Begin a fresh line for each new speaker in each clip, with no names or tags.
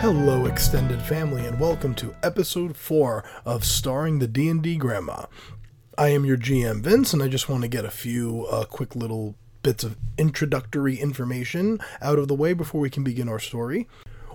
Hello, extended family, and welcome to episode four of Starring the D&D Grandma. I am your GM, Vince, and I just want to get a few uh, quick little bits of introductory information out of the way before we can begin our story.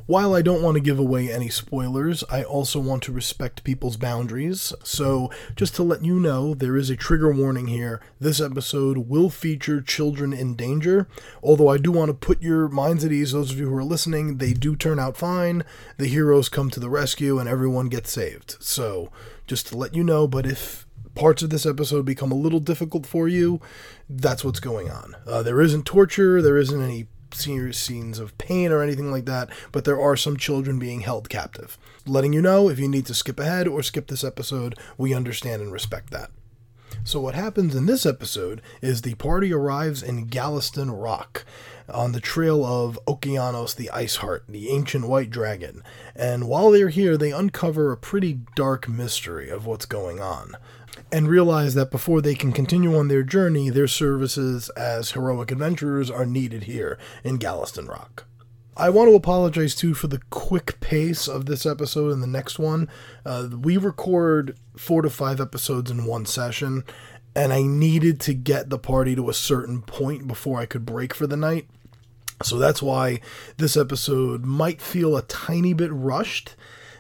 While I don't want to give away any spoilers, I also want to respect people's boundaries. So, just to let you know, there is a trigger warning here. This episode will feature children in danger. Although I do want to put your minds at ease, those of you who are listening, they do turn out fine. The heroes come to the rescue and everyone gets saved. So, just to let you know, but if parts of this episode become a little difficult for you, that's what's going on. Uh, there isn't torture, there isn't any serious scenes of pain or anything like that, but there are some children being held captive. Letting you know if you need to skip ahead or skip this episode, we understand and respect that. So, what happens in this episode is the party arrives in Galveston Rock on the trail of Okeanos the Ice Heart, the ancient white dragon. And while they're here, they uncover a pretty dark mystery of what's going on and realize that before they can continue on their journey, their services as heroic adventurers are needed here in Galveston Rock. I want to apologize too for the quick pace of this episode and the next one. Uh, we record four to five episodes in one session, and I needed to get the party to a certain point before I could break for the night. So that's why this episode might feel a tiny bit rushed,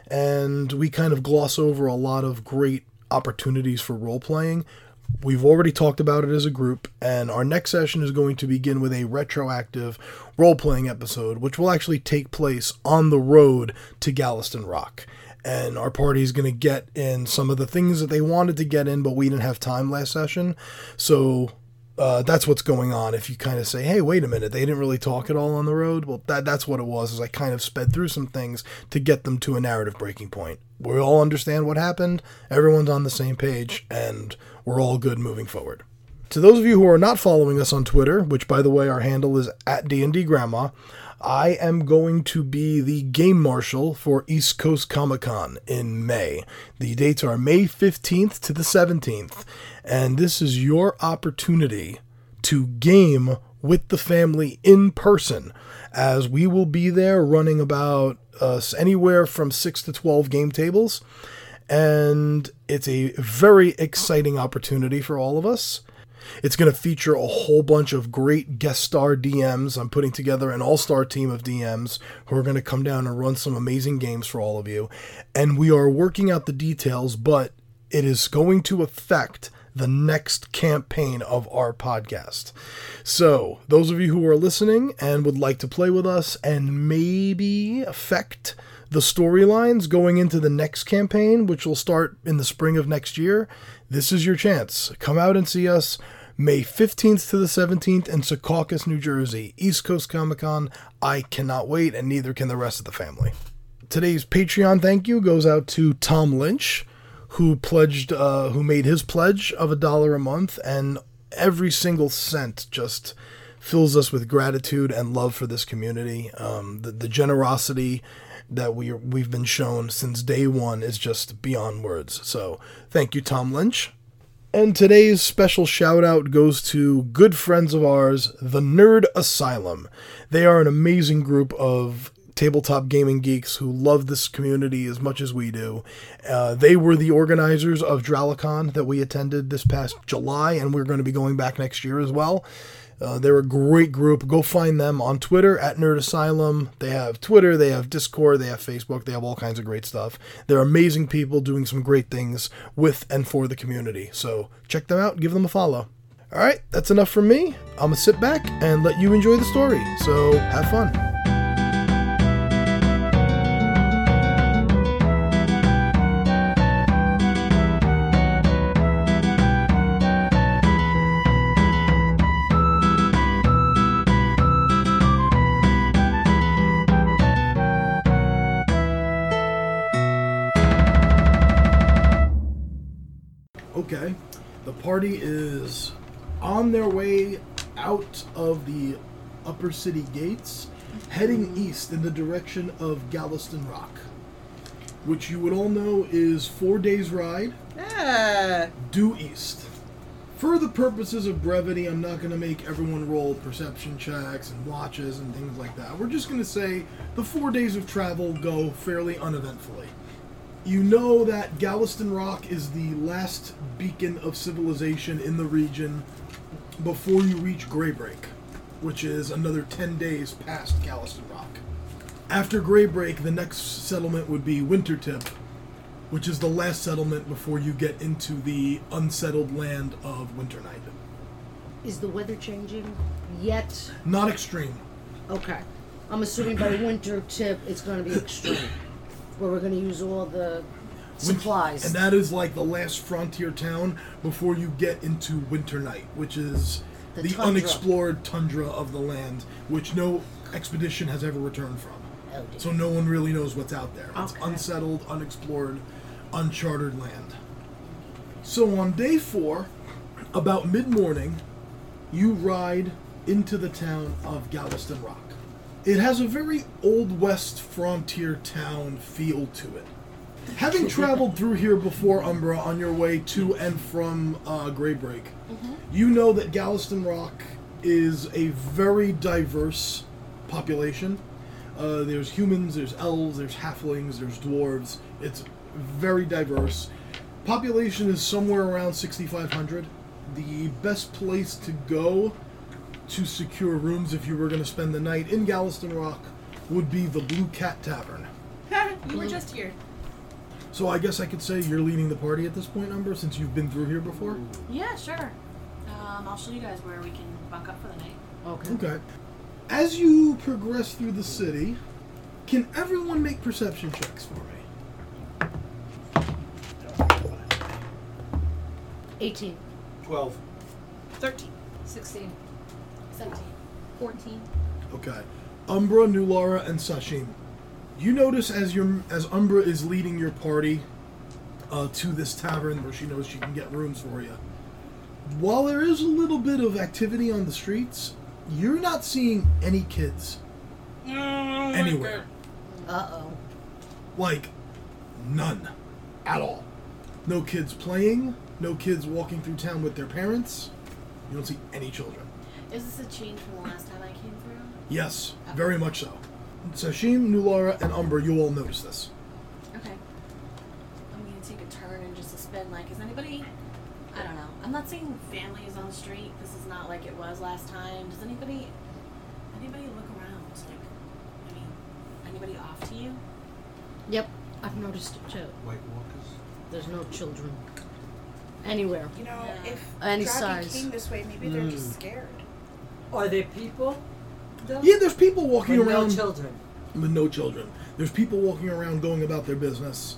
and we kind of gloss over a lot of great opportunities for role playing. We've already talked about it as a group, and our next session is going to begin with a retroactive role playing episode, which will actually take place on the road to Galveston Rock. And our party is going to get in some of the things that they wanted to get in, but we didn't have time last session. So uh, that's what's going on. If you kind of say, "Hey, wait a minute, they didn't really talk at all on the road," well, that that's what it was. Is I kind of sped through some things to get them to a narrative breaking point. We all understand what happened. Everyone's on the same page, and we're all good moving forward. To those of you who are not following us on Twitter, which by the way our handle is at D&D Grandma, I am going to be the game marshal for East Coast Comic Con in May. The dates are May 15th to the 17th, and this is your opportunity to game with the family in person as we will be there running about uh, anywhere from 6 to 12 game tables and it's a very exciting opportunity for all of us it's going to feature a whole bunch of great guest star DMs. I'm putting together an all star team of DMs who are going to come down and run some amazing games for all of you. And we are working out the details, but it is going to affect the next campaign of our podcast. So, those of you who are listening and would like to play with us and maybe affect the storylines going into the next campaign, which will start in the spring of next year, this is your chance. Come out and see us May 15th to the 17th in Secaucus, New Jersey, East Coast Comic Con. I cannot wait, and neither can the rest of the family. Today's Patreon thank you goes out to Tom Lynch, who pledged, uh, who made his pledge of a dollar a month, and every single cent just fills us with gratitude and love for this community. Um, the, the generosity that we we've been shown since day one is just beyond words. So thank you, Tom Lynch. And today's special shout out goes to good friends of ours, the Nerd Asylum. They are an amazing group of tabletop gaming geeks who love this community as much as we do. Uh, they were the organizers of Dralicon that we attended this past July, and we're going to be going back next year as well. Uh, they're a great group. Go find them on Twitter at Nerd Asylum. They have Twitter, they have Discord, they have Facebook, they have all kinds of great stuff. They're amazing people doing some great things with and for the community. So check them out, give them a follow. All right, that's enough from me. I'm going to sit back and let you enjoy the story. So have fun. Okay. The party is on their way out of the upper city gates, heading east in the direction of Galveston Rock, which you would all know is four days' ride
Ah,
due east. For the purposes of brevity, I'm not going to make everyone roll perception checks and watches and things like that. We're just going to say the four days of travel go fairly uneventfully. You know that Galveston Rock is the last beacon of civilization in the region before you reach Greybreak, which is another 10 days past Galveston Rock. After Greybreak, the next settlement would be Wintertip, which is the last settlement before you get into the unsettled land of Winternight.
Is the weather changing yet?
Not extreme.
Okay. I'm assuming by winter tip it's going to be extreme, where we're going to use all the
Win-
supplies.
And that is like the last frontier town before you get into Winter Night, which is the,
The tundra.
unexplored tundra of the land, which no expedition has ever returned from.
Oh, dear.
So no one really knows what's out there. It's
Okay.
unsettled, unexplored, uncharted land. So on day four, about mid morning, you ride into the town of Galveston Rock. It has a very old west frontier town feel to it. Having traveled through here before, Umbra, on your way to and from uh, Greybreak, you know that Galveston Rock is a very diverse population. Uh, there's humans, there's elves, there's halflings, there's dwarves. It's very diverse. Population is somewhere around 6,500. The best place to go to secure rooms if you were going to spend the night in Galveston Rock would be the Blue Cat Tavern.
you were just here.
So I guess I could say you're leading the party at this point, Umber, since you've been through here before.
Yeah, sure. Um, I'll show you guys where we can bunk up for the night.
okay.
Okay. As you progress through the city, can everyone make perception checks for me?
18.
12.
13. 16. 17. 14.
Okay. Umbra, Nulara, and Sashim. You notice as your as Umbra is leading your party uh, to this tavern where she knows she can get rooms for you. While there is a little bit of activity on the streets, you're not seeing any kids anywhere.
Uh oh.
Like, none. At all. No kids playing, no kids walking through town with their parents. You don't see any children.
Is this a change from the last time I came through?
Yes, very much so. Sashim, Nulara, and Umber, you all notice this.
Okay. I'm gonna take a turn and just suspend. Like, is anybody? I don't know. I'm not seeing families on the street. This is not like it was last time. Does anybody? Anybody look around? Like, I mean, anybody off to you?
Yep, I've noticed it too.
White Walkers.
There's no children anywhere.
You know,
Yeah.
if
Any
Dragon
size.
came this way, maybe they're just scared.
Hmm. Are there people? Though?
Yeah, there's people walking
With
around
no children.
with no children. There's people walking around going about their business.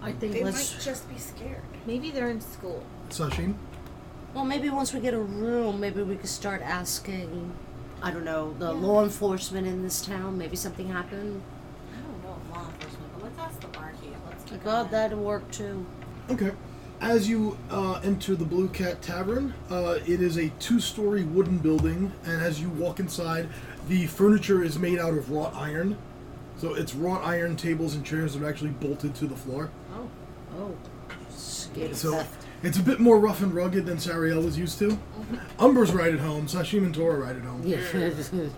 I think
They
let's.
might just be scared.
Maybe they're in school.
Sashim?
Well, maybe once we get a room, maybe we could start asking. I don't know the law enforcement in this town. Maybe something happened.
I don't know if law enforcement, but let's ask the barkeep.
I
Let's keep an eye
God,
on-
that'd work too.
Okay. As you uh, enter the Blue Cat Tavern, uh, it is a two story wooden building, and as you walk inside, the furniture is made out of wrought iron. So it's wrought iron tables and chairs that are actually bolted to the floor.
Oh, oh, scared
So
theft.
it's a bit more rough and rugged than Sariel was used to. Umber's right at home, Sashim and Tora right at home.
Yeah.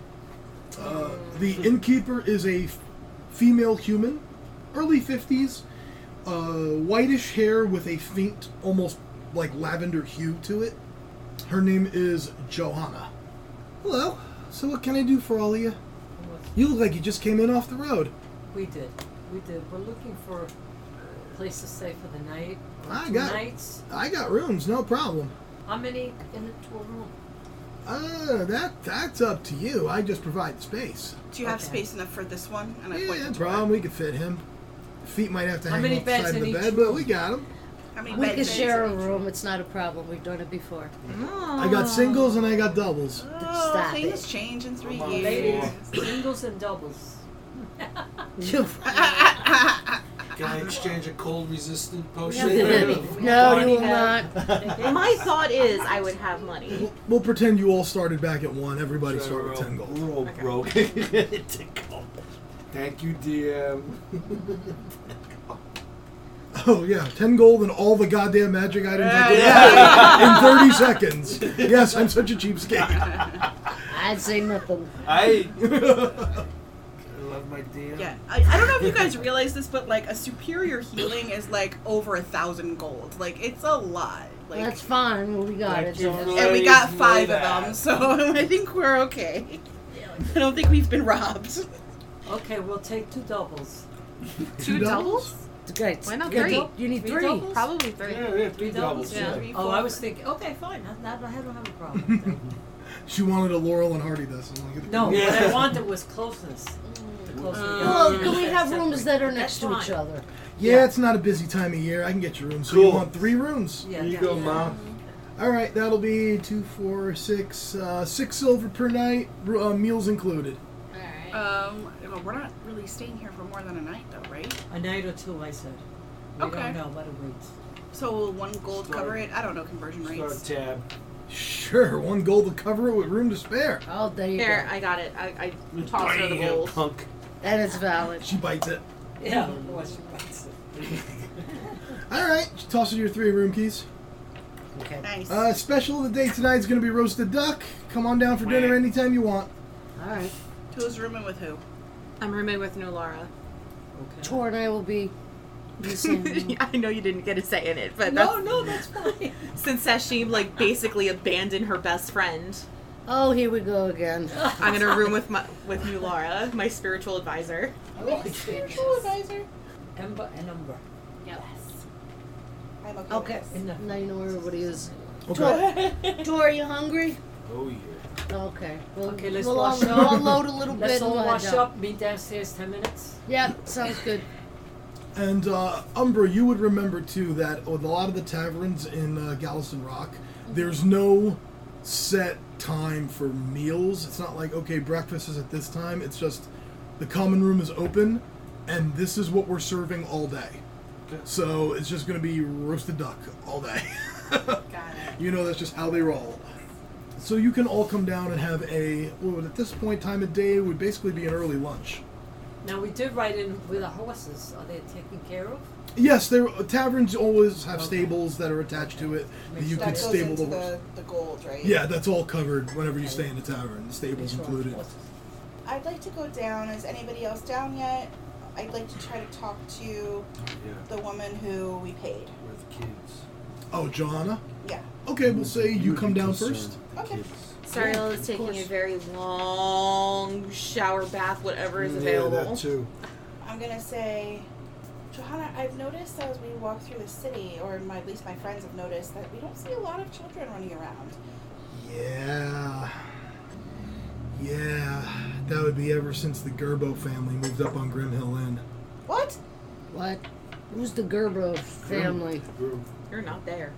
Uh, the innkeeper is a f- female human, early 50s, uh, whitish hair with a faint, almost like lavender hue to it. Her name is Johanna. Hello. So, what can I do for all of you? You look like you just came in off the road.
We did. We did. We're looking for a place to stay for the night. or
I
two
got-
nights.
I got rooms, no problem.
How many in the to a room?
Uh, that that's up to you. I just provide the space.
Do you have
Okay.
space enough for this one? And
Yeah,
point
no
to it.
problem. We could fit him. Feet might have to
How
hang
many
off the
beds
side of
in
the
each
bed, but we got him.
I mean,
we
bed
can
beds
share
in
a
each-
room. It's not a problem. We've done it before.
I got singles and I got doubles.
Oh,
Stop
things
it.
change in three
Come on,
years.
Ladies, singles and doubles.
Can I exchange a cold resistant
no,
potion?
you will not.
My thought is I would have money.
We'll, we'll pretend you all started back at one. Everybody
Sure,
started with ten
roll-
gold.
roll, bro. Thank you, DM.
Oh yeah, ten gold and all the goddamn magic items I could buy in thirty seconds. Yes, I'm such a cheapskate.
I'd say nothing.
I
I love my DM.
Yeah, I, I don't know if you guys realize this, but like a superior healing is like over a thousand gold. Like it's a lot. Like,
That's fine. We got
Thank
it.
you
so-
for
and we got
Raise
five of
that.
them, so I think we're okay. I don't think we've been robbed.
Okay, we'll take two doubles.
Two doubles?
Okay,
Why not
you
three?
dou- You need
Three
three.
doubles?
Probably three.
Yeah, yeah, three
Three doubles,
doubles.
yeah.
yeah.
Oh, I was thinking. Okay, fine. Not, not, I don't have a problem. with that.
She wanted a Laurel and Hardy this. I'm like,
No,
Yeah.
what I wanted was closeness. The closer we got,
Well,
the
can we
better.
have rooms that are next
That's
to each
fine.
other?
Yeah, it's not a busy time of year. I can get you rooms. So you
Cool.
want three rooms?
Yeah,
Here you
yeah.
go, Mom.
All right, that'll be two, four, six, uh, six silver per night, ru- uh, meals included.
Alright.
Um, well, we're not really staying here for more than a night, though, right?
A night or two, I said. We
Okay.
don't know. Let it wait.
So will one gold
Start-
cover it? I don't know conversion
Start a
rates.
tab.
Sure, one gold to cover it with room to spare.
Oh, there you
There,
go.
I got it. I, I tossed her the gold.
Punk.
That is valid.
She bites it.
Yeah. otherwise she bites it.
All right, she tosses your three room keys.
Okay.
Nice.
Uh, special of the day tonight is going to be roasted duck. Come on down for dinner anytime you want.
All right.
Who's rooming with who?
I'm roommate with no Laura.
Okay.
Tor and I will be. in the same room.
I know you didn't get a say in it, but
No,
that's,
no, that's fine.
since Sashim like basically abandoned her best friend,
oh, here we go again.
I'm gonna room with my with new Laura, my spiritual advisor.
I like it.
advisor.
Ember and Umbra.
Yep.
I'm okay.
Okay.
Enough.
Now you know where everybody is.
Okay.
Tor, are you hungry?
Oh yeah.
Okay. We'll,
Okay, let's
we'll
wash
all,
up.
we'll all load a little bit.
Let's
and
all
we'll head
wash
down.
up. Meet downstairs. Ten minutes.
Yep, sounds good.
And uh, Umbra, you would remember too that with a lot of the taverns in uh, Galveston Rock, there's no set time for meals. It's not like okay, breakfast is at this time. It's just the common room is open, and this is what we're serving all day.
Okay.
So it's just going to be roasted duck all day.
Got it.
You know, that's just how they roll. So you can all come down and have a what would at this point time of day would basically be an early lunch.
Now we did ride in with the horses. Are they taken care of?
Yes, there taverns always have
Okay.
stables that are attached to it that
Make
you
sure
could
that goes
stable the horse.
the gold, right?
Yeah, that's all covered whenever you stay in a tavern. The stables
Sure,
included.
horses.
I'd like to go down. Is anybody else down yet? I'd like to try to talk to
Yeah.
the woman who we paid.
With kids.
Oh, Johanna.
Yeah.
Okay, we'll say you
would
come
be
down
concerned
first.
with the
Okay.
kids.
Sariel is taking a very long shower bath, whatever is available.
Yeah, that too.
I'm gonna say, Johanna, I've noticed as we walk through the city, or my, at least my friends have noticed, that we don't see a lot of children running around.
Yeah. Yeah, that would be ever since the Gerbo family moved up on Grim Hill Inn.
What?
What? Who's the Gerbo family?
Girl,
You're not there.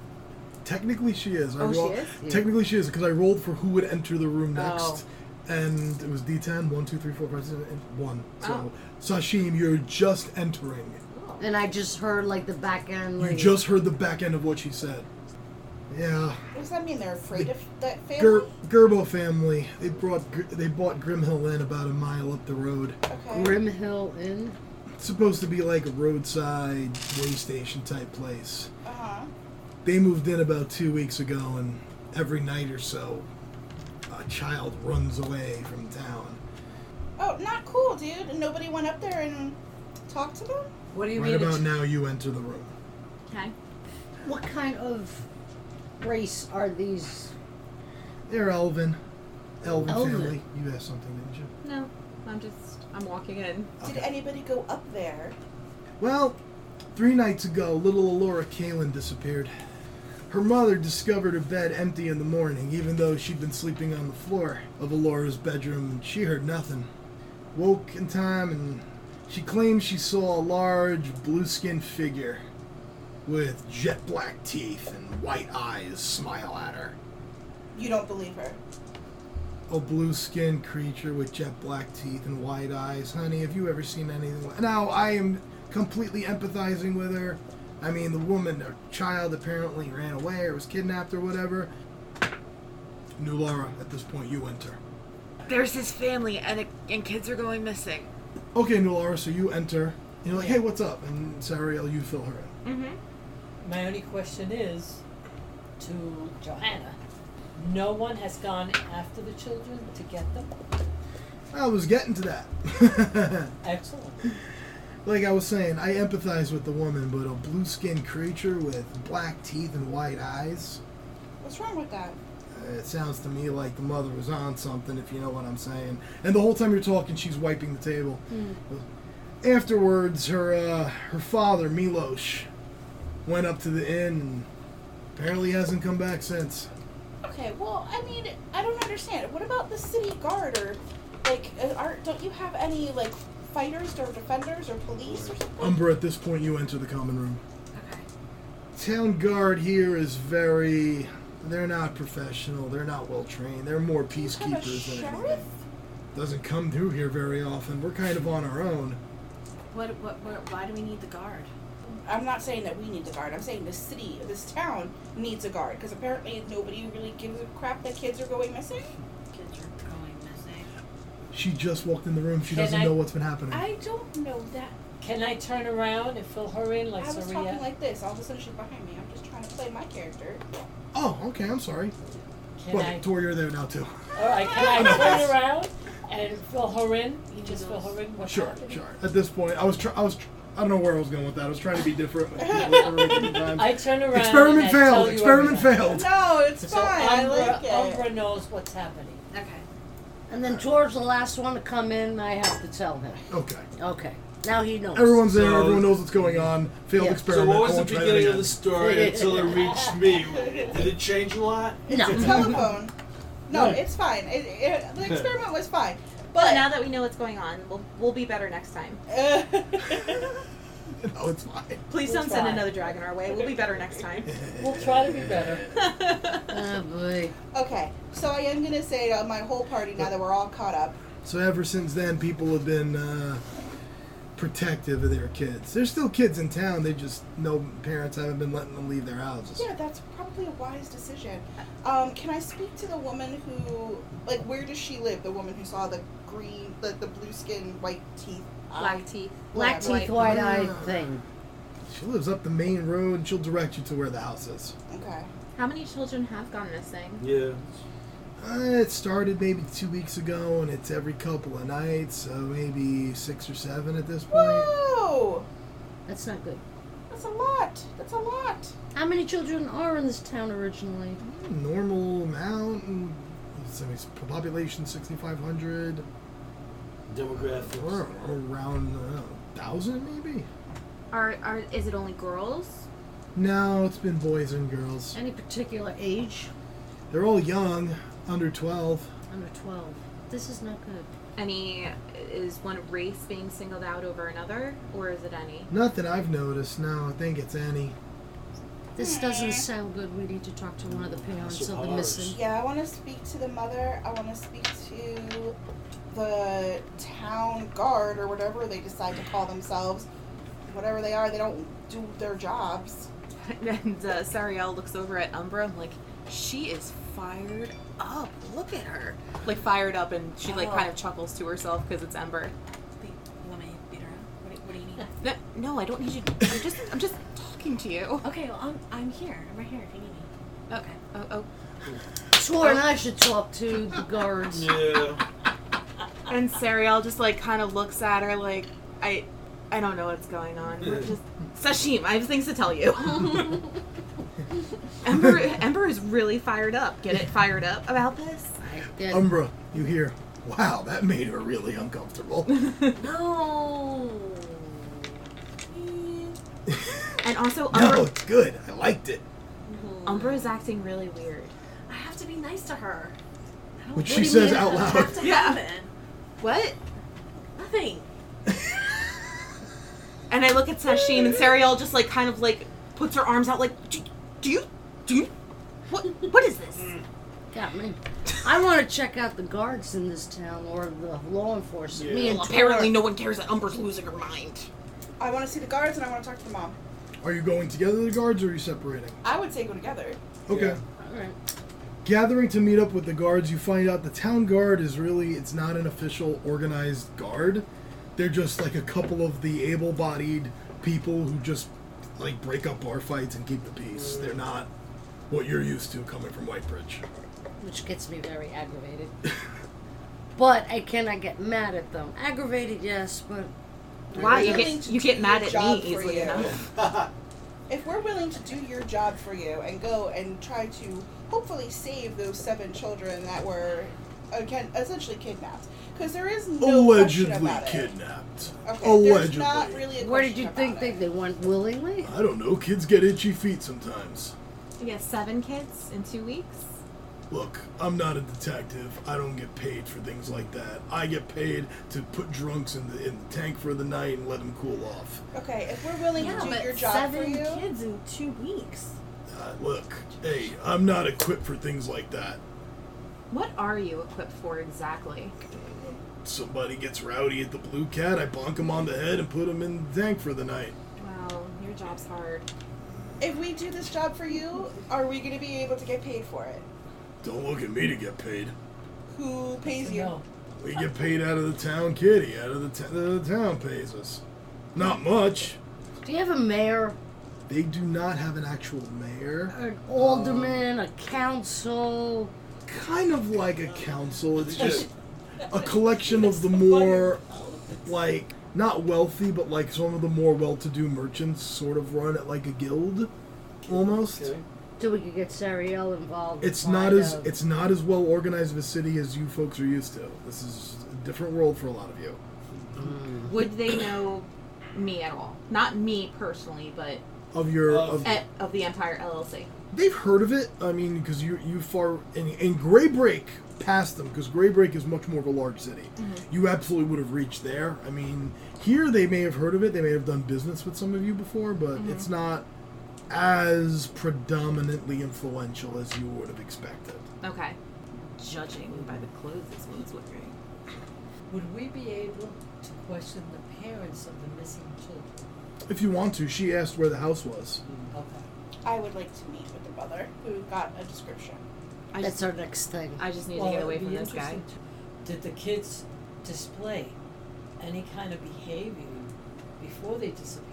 Technically, she is. I
Oh, she
roll-
is?
Technically, she is because I rolled for who would enter the room next,
Oh.
and it was D10, one, two, three, four, five, six, and one. So
Oh.
Sashim, you're just entering.
And I just heard like the back end.
You
Like,
just heard the back end of what she said. Yeah,
What does that mean? They're afraid of that family?
Ger- Gerbo family. They brought Gr- they bought Grimhill Inn about a mile up the road.
okay.
Grim Hill Inn.
It's supposed to be like a roadside way station type place.
Uh huh.
They moved in about two weeks ago, and every night or so, a child runs away from town.
Oh, not cool, dude. And Nobody went up there and talked to them.
What do you
Right
mean?
about
it's-
now, you enter the room.
Okay.
What kind of race are these?
They're Elvin. Elvin,
Elvin.
family. You asked something, didn't you?
No, I'm just I'm walking in.
Did anybody go up there?
Well, three nights ago, little Alora Kalin disappeared. Her mother discovered her bed empty in the morning, even though she'd been sleeping on the floor of Alora's bedroom, and she heard nothing. Woke in time, and she claims she saw a large, blue skinned figure with jet black teeth and white eyes smile at her.
You don't believe her.
a blue skinned creature with jet black teeth and wide eyes. Honey, have you ever seen anything like Now, I am completely empathizing with her. I mean, the woman, her child apparently ran away or was kidnapped or whatever. New Laura, at this point, you enter.
There's his family, and and kids are going missing.
Okay, New Laura, so you enter. And you're like,
Yeah.
hey, what's up? And Sariel, you fill her in.
Mm-hmm.
My only question is to Johanna. No one has gone after the children to get them.
I was getting to that.
Excellent.
like I was saying, I empathize with the woman, but a blue skinned creature with black teeth and white eyes,
What's wrong with that?
uh, it sounds to me like the mother was on something, if you know what I'm saying. And the whole time you're talking, she's wiping the table. Afterwards, her uh, her father, Milosh, went up to the inn and apparently hasn't come back since.
Okay, well, I mean, I don't understand. What about the city guard or, like, uh, aren't, don't you have any, like, fighters or defenders or police or something?
Umbra, at this point, you enter the common room.
Okay.
town guard here is very they're not professional they're not well trained they're more
Do you have a
peacekeepers than
sheriff?
anything doesn't come through here very often we're kind of on our own
What, what, what, why do we need the guard?
I'm not saying that we need the guard. I'm saying the city, this town needs a guard because apparently nobody really gives a crap that kids are going missing.
Kids are going missing.
she just walked in the room she
Can
doesn't
I-
know what's been happening
I don't know that.
Can I turn around and fill her in like
I was
Saria?
talking like this. All of a sudden she's behind me. I'm just trying to play my character.
oh okay i'm sorry
Can
well
I?
tor you're there now too
All right. Can I turn around and fill her in?
You
Just
know
fill her in. What's
sure
happening?
sure at this point i was try- i was tr- i don't know where i was going with that i was trying to be different with people at different times.
I turn around. and I
experiment
tell
failed
you
experiment
everything.
failed
No, it's
So Umbra, Umbra knows what's happening.
Okay.
And then Tor's the last one to come in. I have to tell him.
okay
Okay. Now he knows.
everyone's there
So-
everyone knows what's going on failed
Yeah. So
experiment
So what
I
was the
won't try that
beginning of
again.
the story until it reached me? Did it change a lot?
It's a
No.
telephone. No, it's fine. It, it, the experiment was fine.
But
But
now that we know what's going on, we'll, we'll be better next time.
Uh,
no it's fine
Please
We'll
don't send
try.
another dragon our way. We'll be better next time.
We'll try to be better.
Oh boy.
okay, so I am gonna say to my whole party now that we're all caught up.
So ever since then, people have been uh, protective of their kids. There's still kids in town. They just no parents haven't been letting them leave their houses.
Yeah, that's probably a wise decision. Um, can I speak to the woman who, like, where does she live? The woman who saw the green, the, the blue skin, white teeth.
Black teeth.
Black
Whatever.
teeth, white eyed
Ah.
thing.
She lives up the main road. and She'll direct you to where the house is.
Okay.
How many children have gone missing?
Yeah.
Uh, it started maybe two weeks ago, and it's every couple of nights, so maybe six or seven at this point.
Whoa!
That's not good.
That's a lot. That's a lot.
How many children are in this town originally?
Normal amount. and- so it's population 6,500. Or
Demographics.
around uh, thousand, maybe.
Are are is it only girls?
No, it's been boys and girls.
Any particular age?
They're all young, under 12.
Under 12. This is not good.
Any is one race being singled out over another, or is it any?
Nothing I've noticed. No, I think it's Annie.
This doesn't sound good. We need to talk to one of the parents of the
Ours.
missing.
Yeah, I want to speak to the mother. I want to speak to the town guard or whatever they decide to call themselves. Whatever they are, they don't do their jobs.
and uh, Sariel looks over at Umbra and like she is fired up. Look at her, like fired up, and she like
Oh.
kind of chuckles to herself because it's Ember.
Be- You want me to beat her up? What do, what do you need?
No, no, I don't need you. I'm just, I'm just talking to you.
okay, well, I'm, I'm here. I'm right here if you need me.
Oh, oh, oh.
Tor and I should talk to the guards.
Yeah.
And Sariel just like kind of looks at her like I, I don't know what's going on. We're just Sashim, I have things to tell you. Ember, Ember is really fired up. Get it fired up about this.
I get
Umbra, you hear? Wow, that made her really uncomfortable.
No.
And also,
no,
Umbra,
it's good. I liked it.
Umbra is acting really weird.
I have to be nice to her. I don't-
Which
what
she
do you
says
mean?
out
I
loud.
have to
Yeah.
happen.
What?
Nothing.
And I look at Sashim, and Sariel just like kind of like puts her arms out, like, do, do you, do you, what, what is this?
got me. I want to check out the guards in this town or the law enforcement. Me
Yeah.
and
Well,
Tor-
apparently, no one cares that Umbra's losing her mind.
I want to see the guards and I want to talk to the mom.
Are you going together to the guards or are you separating?
I would say go together.
Okay.
Yeah.
All right.
Gathering to meet up with the guards, you find out the town guard is really, it's not an official organized guard. They're just like a couple of the able-bodied people who just like break up bar fights and keep the peace. They're not what you're used to coming from Whitebridge.
which gets me very aggravated. but I cannot get mad at them. Aggravated, yes, but
Why you
We're willing
get
to
you
do
get mad
your
at
job
me
for
easily
you.
enough?
If we're willing to do your job for you and go and try to hopefully save those seven children that were again essentially kidnapped, because there is no question
Allegedly
about it.
kidnapped.
Okay, there's
Allegedly.
not really a
where
question
did you
about
think they,
it.
they went willingly?
I don't know. Kids get itchy feet sometimes.
You got seven kids in two weeks.
Look, I'm not a detective. I don't get paid for things like that. I get paid to put drunks in the in the tank for the night and let them cool off.
Okay, if we're willing
yeah,
to do
but
your job for
seven
you,
kids in two weeks.
Uh, look, hey, I'm not equipped for things like that.
What are you equipped for exactly?
Somebody gets rowdy at the Blue Cat. I bonk him on the head and put him in the tank for the night.
Wow, your job's hard.
if we do this job for you, are we going to be able to get paid for it?
Don't look at me to get paid.
Who pays you?
No.
We get paid out of the town kitty. Out of the, t- the town pays us. Not much.
Do you have a mayor,
They do not have an actual mayor.
an alderman, a council?
kind of like a council. It's just a collection of the more, like, not wealthy, but like some of the more well to do merchants sort of run it like a guild almost.
Okay.
So we could get Sariel involved. and
It's not
find
as
out.
it's not as well organized of a city as you folks are used to. This is a different world for a lot of you.
Would they know me at all? Not me personally, but
Of your
Uh,
of,
at, of the Empire LLC.
they've heard of it. I mean, because you you far and, and Gray Break passed them because Gray Break is much more of a large city. You absolutely would have reached there. I mean, here they may have heard of it. They may have done business with some of you before, but it's not as predominantly influential as you would have expected.
Okay. Judging by the clothes this one's wearing.
Would we be able to question the parents of the missing children?
If you want to, she asked where the house was.
Okay.
I would like to meet with the mother who got a description.
I
That's
just,
our next thing.
I just need
Well,
to get
it
away
would
from
be
this guy.
interesting to- Did the kids display any kind of behavior before they disappeared?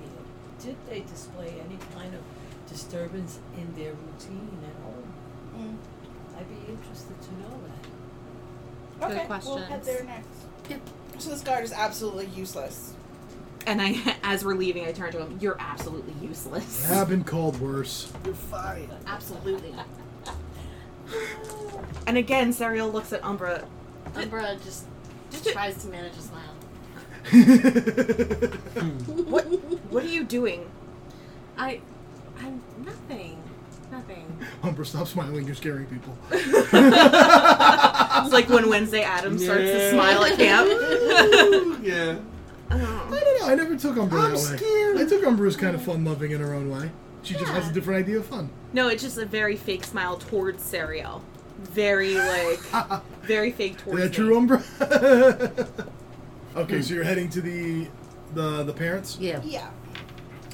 Did they display any kind of disturbance in their routine at home?
Mm.
I'd be interested to know that.
Good
Okay, we'll
questions.
head there next.
Yep.
So this guard is absolutely useless.
And I, as we're leaving, I turn to him. You're absolutely useless.
I've been called worse.
You're fine.
Absolutely. and again, Serial looks at Umbra.
Umbra just
Just-
tries to manage a smile.
What? What are you doing?
I, I'm nothing, nothing.
Humber, stop smiling. You're scaring people.
It's like when Wednesday Adams starts to
Yeah.
smile at camp.
yeah.
I don't know. I never took Umbra
I'm
that
scared.
way. I took Umbra as kind of fun loving in her own way. She just has a different idea of fun.
no, it's just a very fake smile towards Serial. Very like, very fake
Is
towards.
that
me.
true, Umbra? okay, so you're heading to the the the parents.
yeah.
Yeah.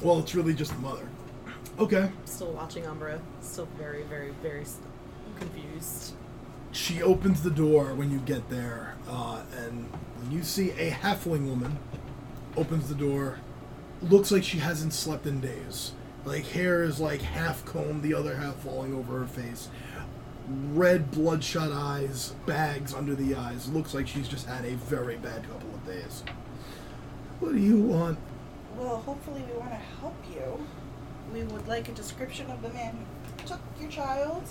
Well, it's really just the mother. Okay.
Still watching Umbra. Still very, very, very s- confused.
She opens the door when you get there, uh, and when you see a halfling woman, opens the door, looks like she hasn't slept in days. Like hair is like half combed, the other half falling over her face. Red bloodshot eyes, bags under the eyes. Looks like she's just had a very bad couple of days. What do you want?
Well, hopefully we want to help you. We would like a description of the man who took your child,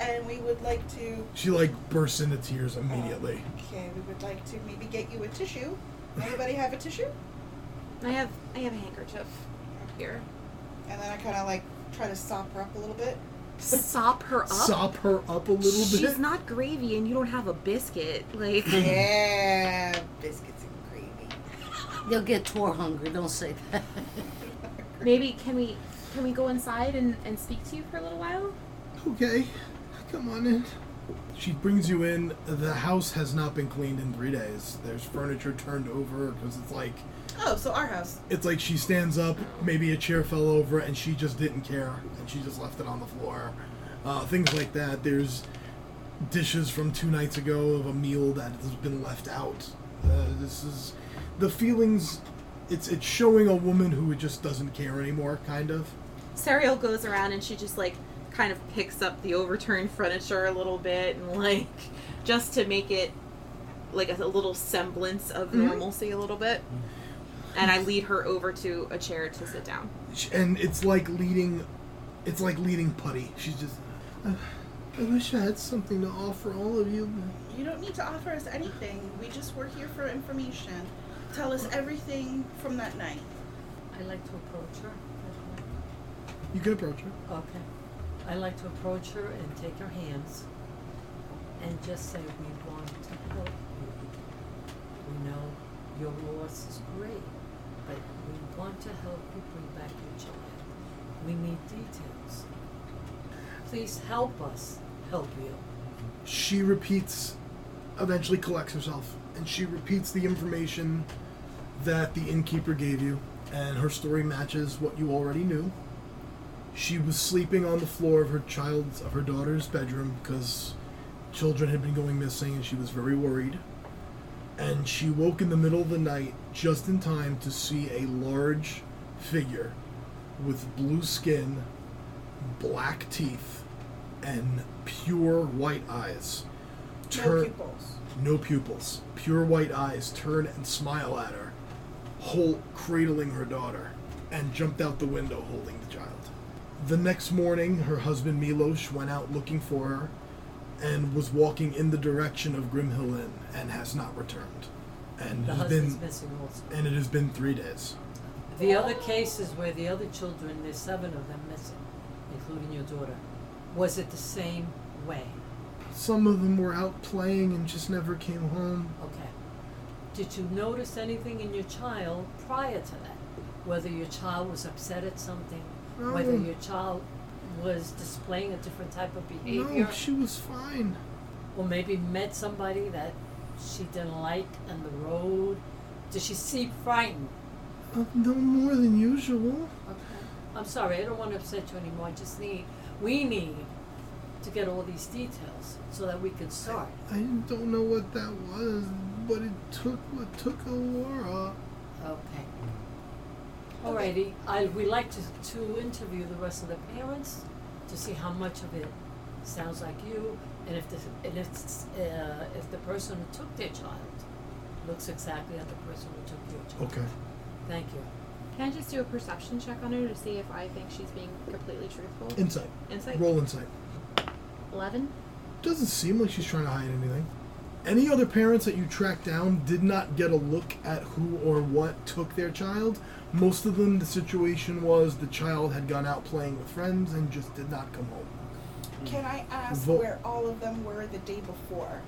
and we would like to.
She like bursts into tears immediately.
Okay, we would like to maybe get you a tissue. Anybody have a tissue?
I have I have a handkerchief here.
And then I kind of like try to sop her up a little bit.
Sop her up.
Sop her up a little
She's
bit.
not gravy, and you don't have a biscuit. Like,
Yeah, biscuits and gravy.
They'll get tour hungry, don't say that.
maybe can we can we go inside and, and speak to you for a little while?
Okay, come on in. She brings you in. The house has not been cleaned in three days. There's furniture turned over because it's like
Oh, so our house.
it's like she stands up, maybe a chair fell over, and she just didn't care, and she just left it on the floor. Uh, things like that. There's dishes from two nights ago of a meal that has been left out. Uh, this is the feelings. It's it's showing a woman who just doesn't care anymore, kind of.
Serial goes around and she just like kind of picks up the overturned furniture a little bit and like just to make it like a, little semblance of normalcy a little bit. And I lead her over to a chair to sit down.
Sh- and it's like leading it's like leading putty she's just I, I wish i had something to offer all of you but
You don't need to offer us anything. We just were here for information. Tell us everything from that night.
I like to approach her. That's
you can approach her
right. Okay. I like to approach her and take her hands and just say, we want to help you. We know your loss is great, but we want to help you bring back your child. We need details. Please help us help you.
she repeats eventually collects herself and she repeats the information that the innkeeper gave you and her story matches what you already knew she was sleeping on the floor of her child's of her daughter's bedroom because children had been going missing and she was very worried and she woke in the middle of the night just in time to see a large figure with blue skin black teeth and pure white eyes
No
turn
pupils.
no pupils, pure white eyes turn and smile at her, whole cradling her daughter, and jumped out the window holding the child. The next morning, her husband Milos went out looking for her and was walking in the direction of Grimhill Inn and has not returned. And
The
it has
husband's
been
missing also.
and it has been three days.
The other cases where the other children, there's seven of them missing, including your daughter, was it the same way?
Some of them were out playing and just never came home.
Okay. Did you notice anything in your child prior to that? Whether your child was upset at something, whether
No.
your child was displaying a different type of behavior,
No, she was fine.
or maybe met somebody that she didn't like on the road? Did she seem frightened?
Uh, no more than usual.
Okay. I'm sorry, I don't want to upset you anymore. I just need, we need to get all these details so that we can start.
I don't know what that was, but it took what took Aurora.
Okay. Alrighty, I, we like to, to interview the rest of the parents to see how much of it sounds like you, and if the, and if, s- uh, if the person who took their child looks exactly like the person who took your child.
Okay.
Thank you.
Can I just do a perception check on her to see if I think she's being completely truthful?
Insight.
Insight?
Roll insight.
11?
Doesn't seem like she's trying to hide anything. Any other parents that you tracked down did not get a look at who or what took their child. Most of them, the situation was the child had gone out playing with friends and just did not come home.
Can I ask
Vo-
where all of them were the day before?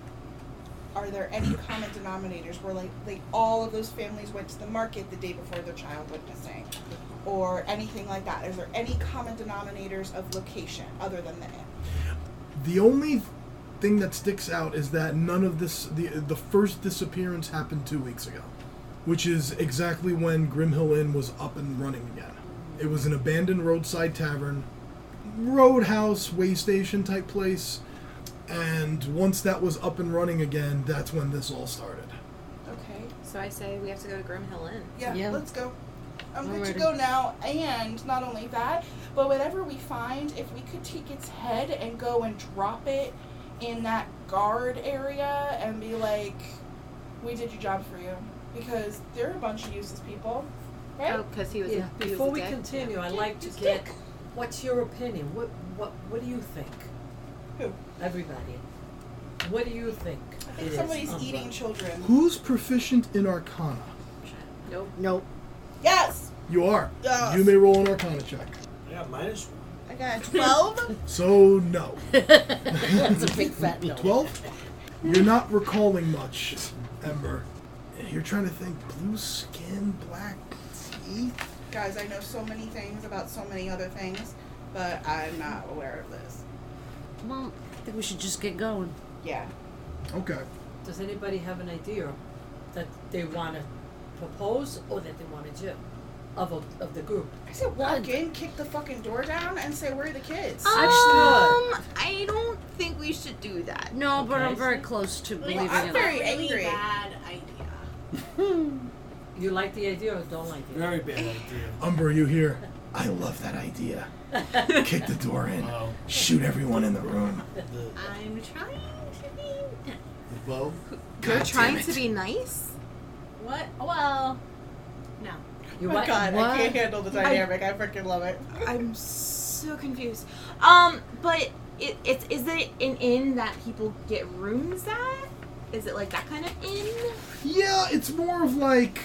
Are there any common denominators where like like all of those families went to the market the day before their child went missing, or anything like that? Is there any common denominators of location other than that?
The only thing that sticks out is that none of this the the first disappearance happened two weeks ago, which is exactly when Grimhill Inn was up and running again. It was an abandoned roadside tavern, roadhouse, way station type place, and once that was up and running again, that's when this all started.
Okay.
So I say we have to go to Grim Hill Inn.
Yeah,
Yeah.
let's go. I'm good
Alrighty.
to go now. And not only that, but whatever we find, if we could take its head and go and drop it in that guard area and be like, we did your job for you. Because they're a bunch of useless people, right?
Oh, because he was a,
Yeah,
he was
before
a
we
dick?
continue, I'd like to
Just
get,
dick.
what's your opinion? What, what, what do you think?
Who?
Everybody. What do you think?
I
it
think
is,
somebody's
Umbra?
eating children.
Who's proficient in Arcana?
Nope.
Nope.
Yes!
You are.
Yes.
You may roll an Arcana check.
I got minus one.
I got a 12.
So no.
That's a big fat no.
12? You're not recalling much, Ember. You're trying to think blue skin, black teeth?
Guys, I know so many things about so many other things, but I'm not aware of this.
Mom, I think we should just get going.
Yeah.
Okay.
Does anybody have an idea that they want to propose or that they want to do? of a, of the group.
I said walk in, kick the fucking door down, and say, where are the kids?
Actually-
uh,
um, I don't think we should do that.
No, but I'm
Okay.
very close to believing
Well, I'm
it.
very
really
angry.
bad idea.
You like the idea or don't like it?
Very bad idea.
Umber, you hear? I love that idea. Kick the door in.
Wow.
Shoot everyone in the room.
The, the
I'm trying to be.
bow?
You're
God
trying
damn
to
it.
be nice?
What? Well, no.
You
Oh my
like
god,
What?
I can't handle the dynamic. I, freaking love it.
I'm so confused. Um, but it, it's is it an inn that people get rooms at? Is it like that kind of inn?
Yeah, it's more of like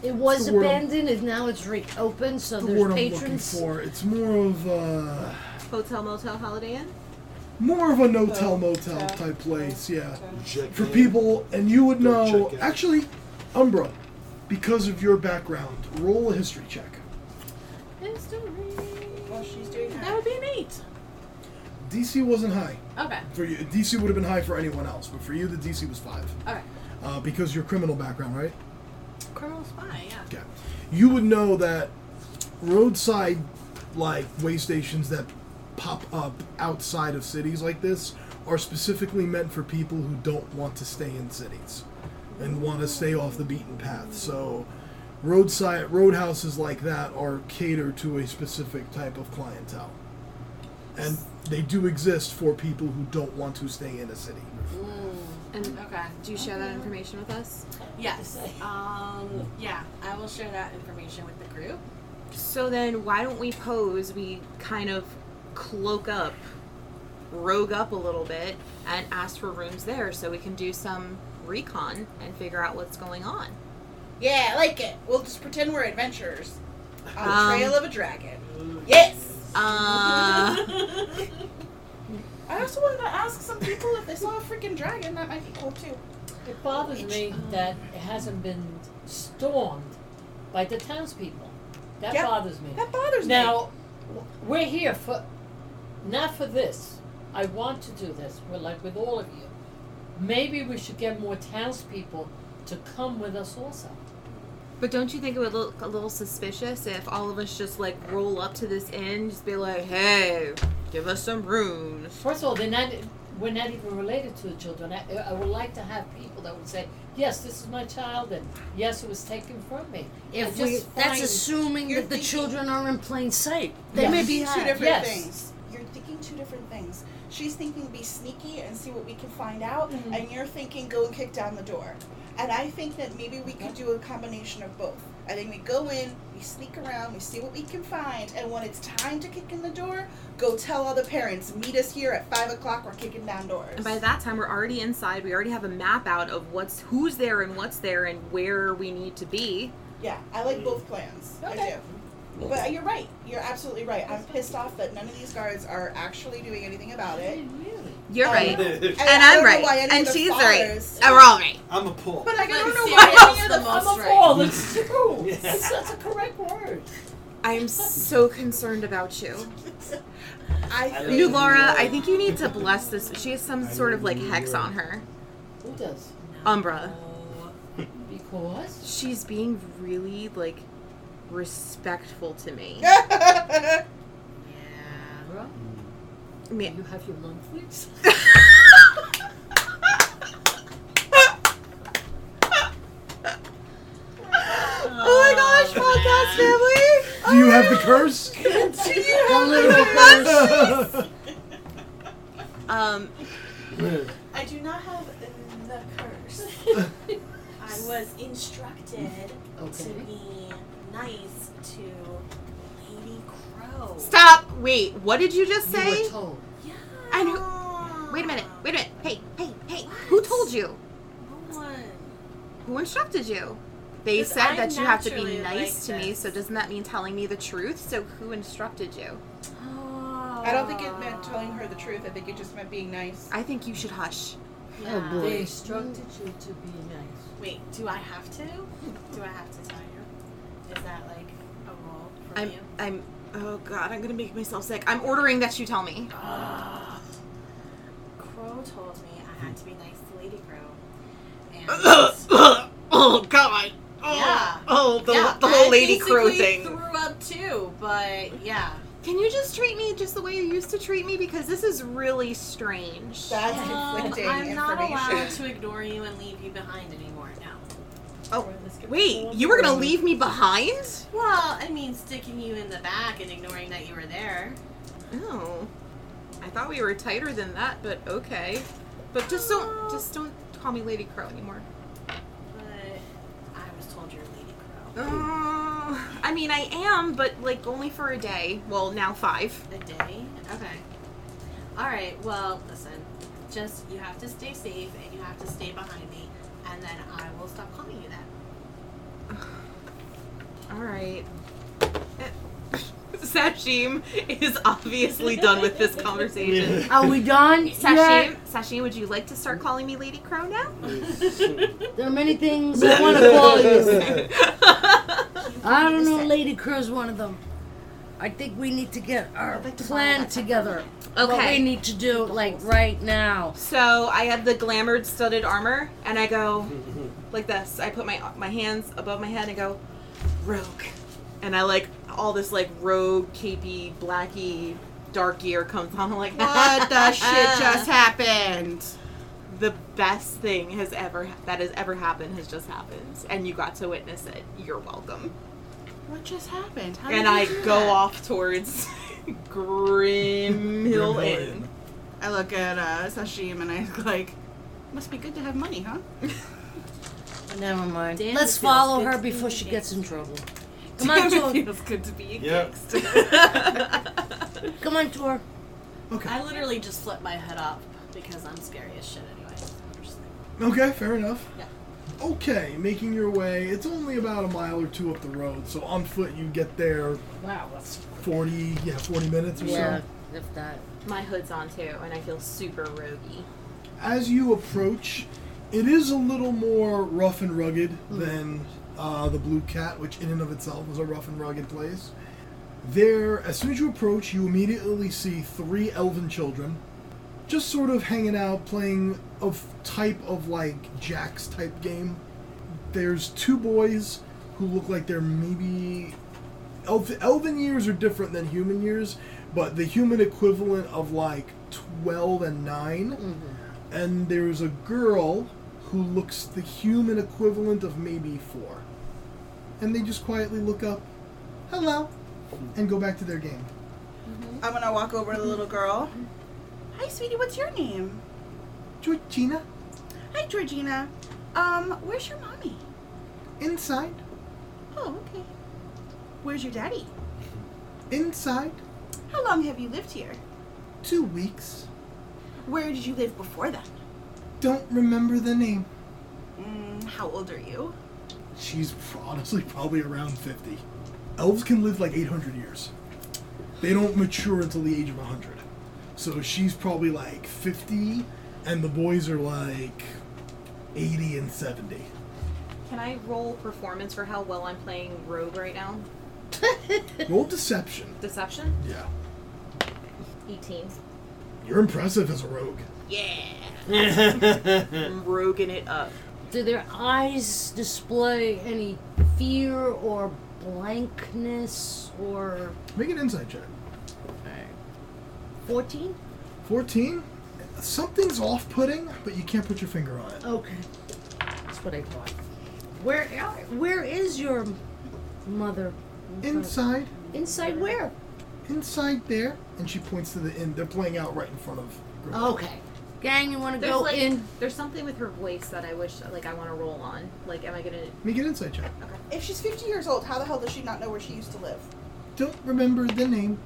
It was
the word I'm-
abandoned and now it's reopened, so
the
there's
word I'm looking
patrons.
for. It's more of a
Hotel, motel, holiday inn?
more of a no-tell motel
Motel.
type place. Yeah,
Check
for
in.
people, and you would
Go
know.
check it out.
Actually, Umbra, because of your background, roll a history check.
History.
Well, she's doing
That
that.
would be an eight.
DC wasn't high.
Okay.
For you, DC would have been high for anyone else, but for you, the DC was five.
Okay.
Uh, because your criminal background, right?
Criminal spy. Yeah.
Okay. You would know that roadside, like, way stations that pop up outside of cities like this are specifically meant for people who don't want to stay in cities and want to stay off the beaten path. So, roadside roadhouses like that are catered to a specific type of clientele. And they do exist for people who don't want to stay in a city.
And
Mm, uh, Okay.
do you share that information with us?
Yes. Um. Yeah. I will share that information with the group.
So then why don't we pose, we kind of cloak up, rogue up a little bit, and ask for rooms there so we can do some recon and figure out what's going on.
Yeah, I like it. We'll just pretend we're adventurers on the
Um,
trail of a dragon. Yes.
Uh,
I also wanted to ask some people if they saw a freaking dragon. That might be cool too.
It bothers me
uh,
that it hasn't been stormed by the townspeople. That
Yeah,
bothers me.
That bothers me.
Now, w- we're here for, not for this. I want to do this. We're like with all of you. Maybe we should get more townspeople to come with us also.
but don't you think it would look a little suspicious if all of us just like roll up to this inn, just be like, "Hey, give us some rooms."
First of all, they're not. We're not even related to the children. I, I would like to have people that would say, "Yes, this is my child," and "Yes, it was taken from me." I
If
just
we, that's
find-
assuming
You're
that the
thinking-
children are in plain sight. They
Yes.
may
You're
be
thinking two
high.
different
Yes.
things. You're thinking two different things. She's thinking be sneaky and see what we can find out, and you're thinking go and kick down the door. And I think that maybe we could do a combination of both. I think we go in, we sneak around, we see what we can find, and when it's time to kick in the door, go tell other parents, meet us here at five o'clock, we're kicking down doors.
And by that time, we're already inside. We already have a map out of what's who's there and what's there and where we need to be.
Yeah, I like both plans.
Okay.
I do. But you're right. You're absolutely right. I'm pissed off that none of these guards are actually doing anything about it.
Hey, really?
You're
Oh,
Um,
right, and,
I'm
I
I'm
don't know
right,
why any of
and
the
she's
fathers-
right, and we're all right.
a pull.
But like, I don't know
Like,
why
serious
any of
the
the
most-
I'm
right.
a ball. That's true.
Yeah.
That's, that's a correct word.
I'm so concerned about you.
I
I
think
You, Laura, I think you need to bless this. She has some sort of like hex on her.
Who does?
Umbra.
Oh, because
She's being really like respectful to me.
Barbara,
I mean,
you have your monthlies.
oh my gosh, podcast family!
Do you have the curse?
A little
Um,
I do not have the curse. I was instructed to
Okay.
be nice to Lady Crow.
stop. Wait, what did you just
You
say?
were told.
Yeah.
And who- Wait a minute. Wait a minute. Hey, hey, hey! Who told you?
No one.
Who instructed you? They
'Cause
said
I'm
that you have to be
naturally
nice
like
to me,
this.
so doesn't that mean telling me the truth? So who instructed you?
I don't think it meant telling her the truth. I think it just meant being nice.
I think you should hush.
Yeah.
boy.
They instructed you to be nice.
Wait, do I have to? Do I have to tell you? Is that like a rule for
I'm,
you?
I'm, oh god, I'm gonna make myself sick. I'm ordering that you tell me.
Ah. Crow told me I had to be nice to Lady Crow. And
oh god.
Yeah.
Oh, the,
Yeah,
Oh, the
I
whole the lady crow
basically
thing.
Threw up too, but yeah.
Can you just treat me just the way you used to treat me? Because this is really strange.
That's
Um,
conflicting
I'm not allowed
information.
to ignore you and leave you behind anymore now.
Oh, wait, you were gonna leave me behind?
Well, I mean, sticking you in the back and ignoring that you were there.
Oh, I thought we were tighter than that, but okay. But just don't, just don't call me Lady Crow anymore.
But I was told you're a lady crow.
Uh, I mean, I am, but like only for a day. Well, now five.
A day? Okay. Alright, well, listen. Just, you have to stay safe and you have to stay behind me, and then I will stop calling you that.
All right. Eh, Sashim is obviously done with this conversation.
Are we done?
Sashim, Sashim, would you like to start calling me Lady Crow now?
There are many things I want to call you.
okay.
I don't know, Lady Crow's one of them. I think we need to get our plan together. What we need to do, like, right now.
So I have the glamored studded armor, and I go like this. I put my my hands above my head and go rogue, and I like all this like rogue, capey, blacky, dark gear comes on. I'm like,
What the shit just happened?
the best thing has ever that has ever happened has just happened, and you got to witness it. You're welcome.
What just happened? How
And
did you
I
do
go
that?
off towards Grim Hill Inn.
I look at uh, Sashim and I like, must be good to have money, huh?
Never mind.
Dan
Let's
feels
follow
good
her
to be
before she
engaged.
gets in trouble. Come on, Tor.
feels good to be a
Yep.
gangster.
Come on, Tor.
I literally just flipped my head up because I'm scary as shit anyway. I'm just like,
Okay, fair enough.
Yeah.
Okay, making your way. It's only about a mile or two up the road, so on foot you get there
Wow, that's
40, yeah, 40 minutes or so.
if that.
My hood's on too, and I feel super roguey.
as you approach, it is a little more rough and rugged than uh, the Blue Cat, which in and of itself was a rough and rugged place. There, as soon as you approach, you immediately see three elven children, just sort of hanging out, playing a f- type of like jacks type game. There's two boys who look like they're maybe Elf, elven years are different than human years, but the human equivalent of like 12 and 9. And there's a girl who looks the human equivalent of maybe 4. And they just quietly look up, hello, and go back to their game.
I'm gonna walk over to the little girl. Hi, sweetie. What's your name?
Georgina,
Hi, Georgina. Um, where's your mommy?
inside,
Oh, okay. Where's your daddy?
inside,
How long have you lived here?
two weeks.
Where did you live before that?
Don't remember the name.
Mm, how old are you?
She's honestly probably around 50. Elves can live like 800 years. They don't mature until the age of 100. So she's probably like 50, and the boys are like 80 and 70.
Can I roll performance for how well I'm playing rogue right now?
Roll deception.
Deception?
Yeah.
18.
You're impressive as a rogue.
Yeah.
Hmm.
I'm roguing it up.
Do their eyes display any fear or blankness or
Make an insight check.
14?
14? Something's off putting, but you can't put your finger on it.
Okay. That's what I thought. Where where is your mother?
Inside,
Inside where?
inside there. And she points to the inn. They're playing out right in front of. Grim.
Okay. Gang, you want to
There's
go
like,
in?
There's something with her voice that I wish, like, I want to roll on. Like, am I gonna?
Make an insight check.
If she's 50 years old, how the hell does she not know where she used to live?
Don't remember the name.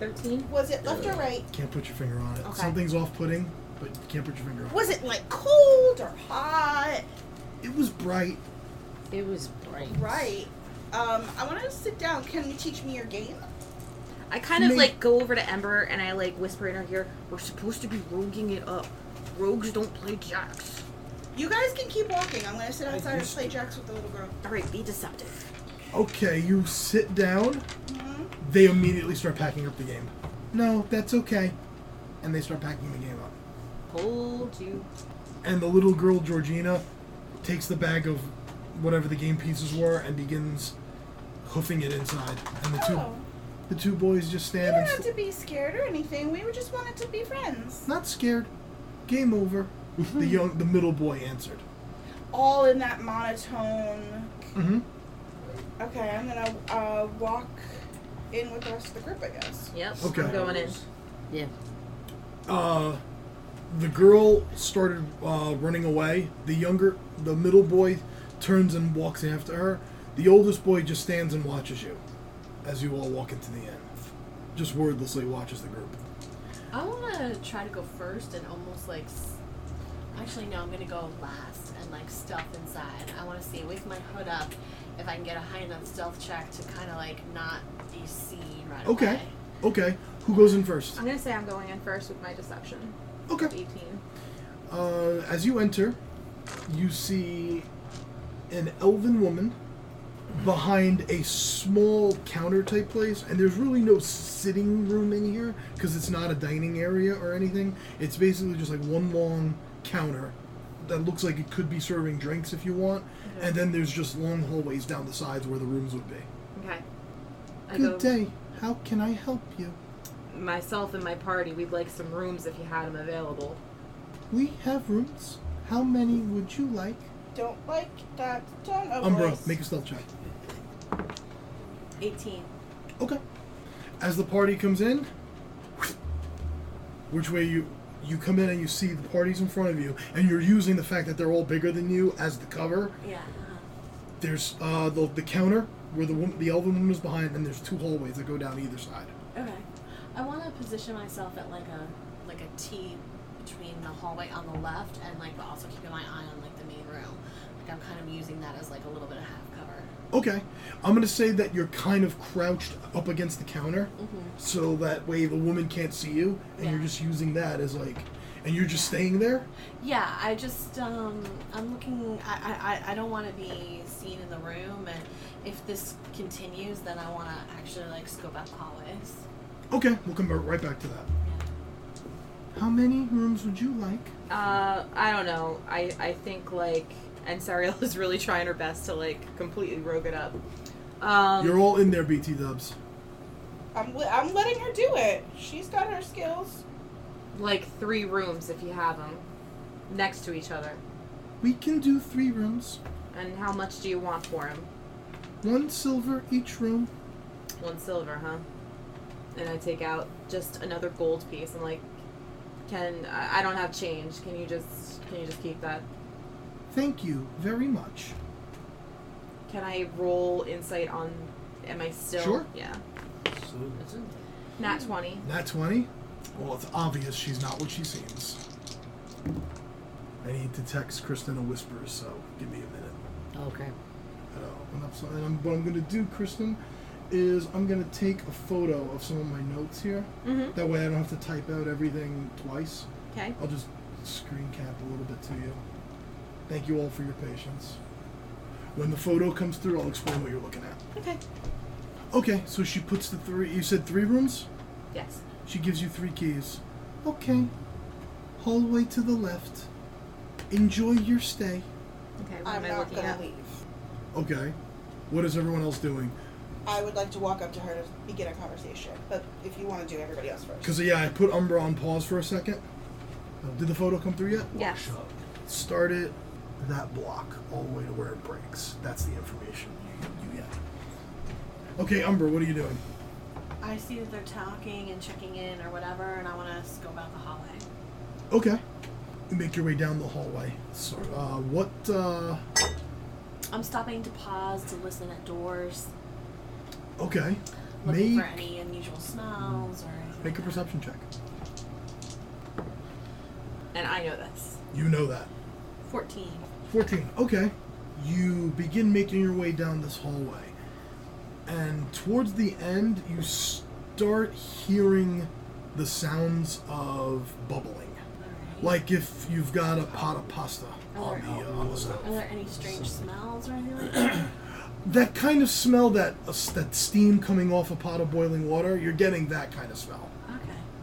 13.
Was it left or right?
Can't put your finger on it.
Okay.
Something's off-putting, but you can't put your finger on
Was it like cold or hot?
it. It was bright.
It was bright.
Right. Um, I want to sit down. Can you teach me your game?
I kind of
May-
like go over to Ember and I like whisper in her ear, "We're supposed to be roguing it up. Rogues don't play jacks.
You guys can keep walking. I'm gonna sit outside and play jacks with the little girl.
All right, be deceptive."
Okay, you sit down.
hmm
Mm-hmm.
They immediately start packing up the game. No, that's okay. And they start packing the game up.
Hold you.
And the little girl Georgina takes the bag of whatever the game pieces were and begins hoofing it inside, and the two
Oh,
the two boys just
you
stand
don't
and
have
sl-
to be scared or anything. We were just wanted to be friends.
not scared. Game over. the young the middle boy answered.
All in that monotone.
Mm-hmm.
Okay, I'm gonna uh, walk in with the rest of the group, I guess.
Yep.
Okay.
I'm going in.
Yeah.
Uh, the girl started uh, running away. The younger, the middle boy, turns and walks after her. The oldest boy just stands and watches you as you all walk into the inn. Just wordlessly watches the group.
I want to try to go first and almost like. s- Actually, no, I'm going to go last and like stealth inside. I want to see with my hood up if I can get a high enough stealth check to kind of like not be seen right
Okay.
away.
Okay, who goes in first?
I'm gonna say I'm going in first with my deception.
Okay.
18.
Uh, as you enter, you see an elven woman behind a small counter type place, and there's really no sitting room in here because it's not a dining area or anything. It's basically just like one long counter that looks like it could be serving drinks if you want, and then there's just long hallways down the sides where the rooms would be.
Okay. I go
Good day. How can I help you?
myself and my party. We'd like some rooms if you had them available.
We have rooms. How many would you like?
Don't like that tone of
Umbra,
voice.
make a stealth check.
18.
Okay. As the party comes in, which way you you come in and you see the parties in front of you, and you're using the fact that they're all bigger than you as the cover.
Yeah. uh-huh.
There's uh, the, the counter where the woman, the elven woman is behind, and there's two hallways that go down either side.
Okay. I want to position myself at like a like a T between the hallway on the left and like but also keeping my eye on like the main room. Like I'm kind of using that as like a little bit of half cover.
Okay, I'm gonna say that you're kind of crouched up against the counter,
Mm-hmm.
so that way the woman can't see you, and you're
Yeah.
just using that as like, and you're just staying there.
Yeah, I just um I'm looking. I I, I- I don't want to be seen in the room, and if this continues, then I want to actually like scope out the hallways.
Okay, we'll come right back to that. How many rooms would you like?
Uh, I don't know. I, I think like and Sariel is really trying her best to like completely rogue it up. Um,
You're all in there, BT Dubs.
I'm, li- I'm letting her do it. She's got her skills.
like three rooms if you have them next to each other.
We can do three rooms,
And how much do you want for them?
one silver each room.
One silver, huh? And I take out just another gold piece. I'm like, can I I don't have change? Can you just can you just keep that?
Thank you very much.
Can I roll insight on? Am I still?
Sure.
Yeah.
Mm.
Nat twenty.
Nat 20? Well, it's obvious she's not what she seems. And he detects Kristen and whispers, so give me a minute.
Okay.
I don't open up something. And I'm, what I'm going to do, Kristen, is I'm going to take a photo of some of my notes here.
Mm-hmm.
That way I don't have to type out everything twice.
Okay.
I'll just screen cap a little bit to you. Thank you all for your patience. When the photo comes through, I'll explain what you're looking at.
Okay.
Okay, so she puts the three. You said three rooms?
Yes.
She gives you three keys. Okay. Hallway to the left. Enjoy your stay.
Okay. What
I'm
am I
not
looking
gonna
at?
leave.
Okay. What is everyone else doing?
I would like to walk up to her to begin a conversation, but if you want to do everybody else first.
Because, yeah, I put Umbra on pause for a second. Uh, Did the photo come through yet?
Yes.
Start it that block all the way to where it breaks. That's the information you, you get. Okay, Umbra, what are you doing?
I see that they're talking and checking in or whatever, and I want to scope out the hallway.
Okay. You make your way down the hallway. So, uh, what, uh,
I'm stopping to pause to listen at doors,
okay.
looking
Make,
for any unusual smells or. anything
make a
like that.
perception check.
And I know this.
You know that.
Fourteen.
14. Okay. You begin making your way down this hallway. And towards the end, you start hearing the sounds of bubbling.
Alright.
Like if you've got a pot of pasta
Oh,
on the, uh, on the stove.
Are there any strange smells or anything like that?
That kind of smell, that, uh, that steam coming off a pot of boiling water, you're getting that kind of smell.
Okay.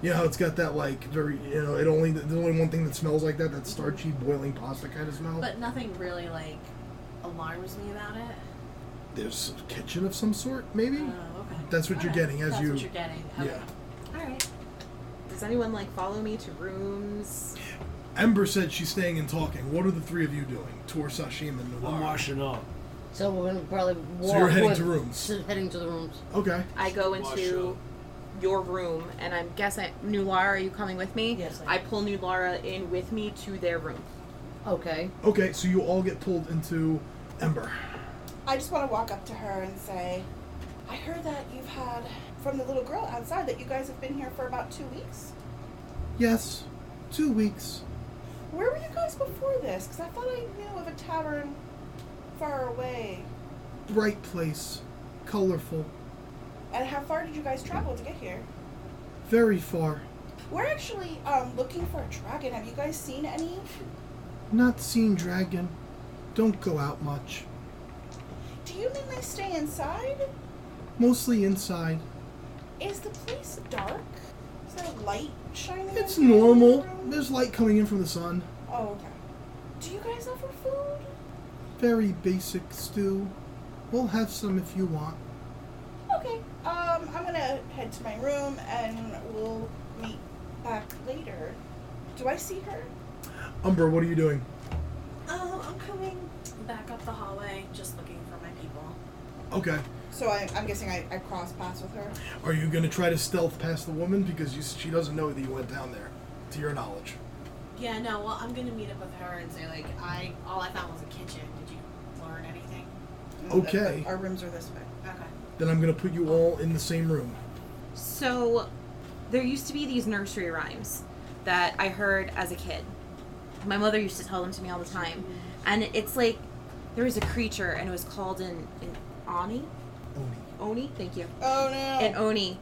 You know, how it's got that like very, you know, it only, there's only one thing that smells like that, that Oh. starchy boiling pasta kind of smell.
But nothing really like alarms me about it.
there's a kitchen of some sort, maybe.
Oh, okay.
Hmm. That's what you're
Alright,
getting as
That's
you-
what you're getting. Okay.
Yeah.
All right.
Does anyone like follow me to rooms?
Ember said she's staying and talking. What are the three of you doing? Tor, Sashim, and Noir.
I'm washing up.
So we're gonna probably walk.
you're heading
with-
to rooms?
So heading to the rooms.
Okay.
I go
Wash
into your room, and I'm guessing New Lara, are you coming with me?
Yes, I
I,
am.
pull New Lara in with me to their room.
Okay.
Okay, so you all get pulled into Ember.
I just want to walk up to her and say, I heard that you've had from the little girl outside that you guys have been here for about two weeks.
Yes. Two weeks.
Where were you guys before this? Because I thought I knew of a tavern far away.
Bright place. Colorful.
And how far did you guys travel to get here?
Very far.
We're actually um, looking for a dragon. Have you guys seen any?
Not seen dragon. Don't go out much.
Do you mean they stay inside?
Mostly inside.
Is the place dark? Is there light shining?
It's
in the
normal.
room?
There's light coming in from the sun.
Oh, okay. Do you guys offer food?
Very basic stew. We'll have some if you want.
Okay. Um, I'm gonna head to my room and we'll meet back later. Do I see her?
Umber, what are you doing?
Um, I'm coming back up the hallway, just looking for my people.
Okay.
So I, I'm guessing I, I cross paths with her.
Are you gonna try to stealth past the woman because you, she doesn't know that you went down there, to your knowledge?
Yeah, no. Well, I'm gonna meet up with her and say like, I all I found was a kitchen. Did you learn anything?
Okay.
Our rooms are this way.
Okay.
Then I'm gonna put you all in the same room.
So, there used to be these nursery rhymes that I heard as a kid. My mother used to tell them to me all the time, and it's like there was a creature, and it was called an an oni.
Oni.
Oni, thank you.
Oh no.
and Oni,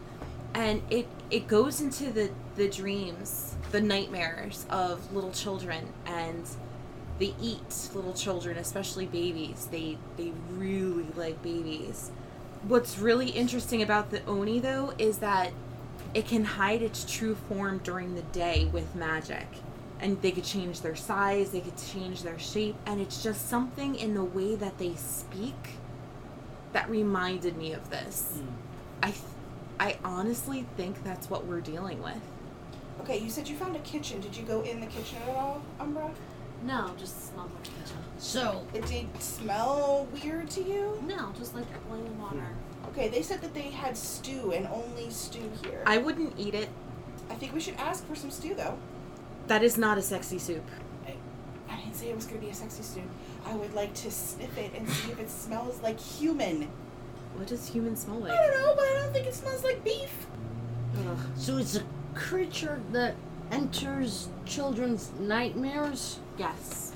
and it it goes into the the dreams, the nightmares of little children, and they eat little children, especially babies. They they really like babies. What's really interesting about the Oni though is that it can hide its true form during the day with magic. And they could change their size, they could change their shape, and it's just something in the way that they speak that reminded me of this. I, th- I honestly think that's what we're dealing with.
okay, you said you found a kitchen. Did you go in the kitchen at all, Umbra?
No, just smell the kitchen.
So
It did smell weird to you?
No, just like boiling water.
Okay, they said that they had stew and only stew here.
I wouldn't eat it.
I think we should ask for some stew though.
That is not a sexy soup.
I didn't say it was gonna be a sexy stew. I would like to sniff it and see if it smells like human.
What does human smell
I
like?
don't know, but I don't think it smells like beef.
Ugh.
so it's a creature that enters children's nightmares.
Yes.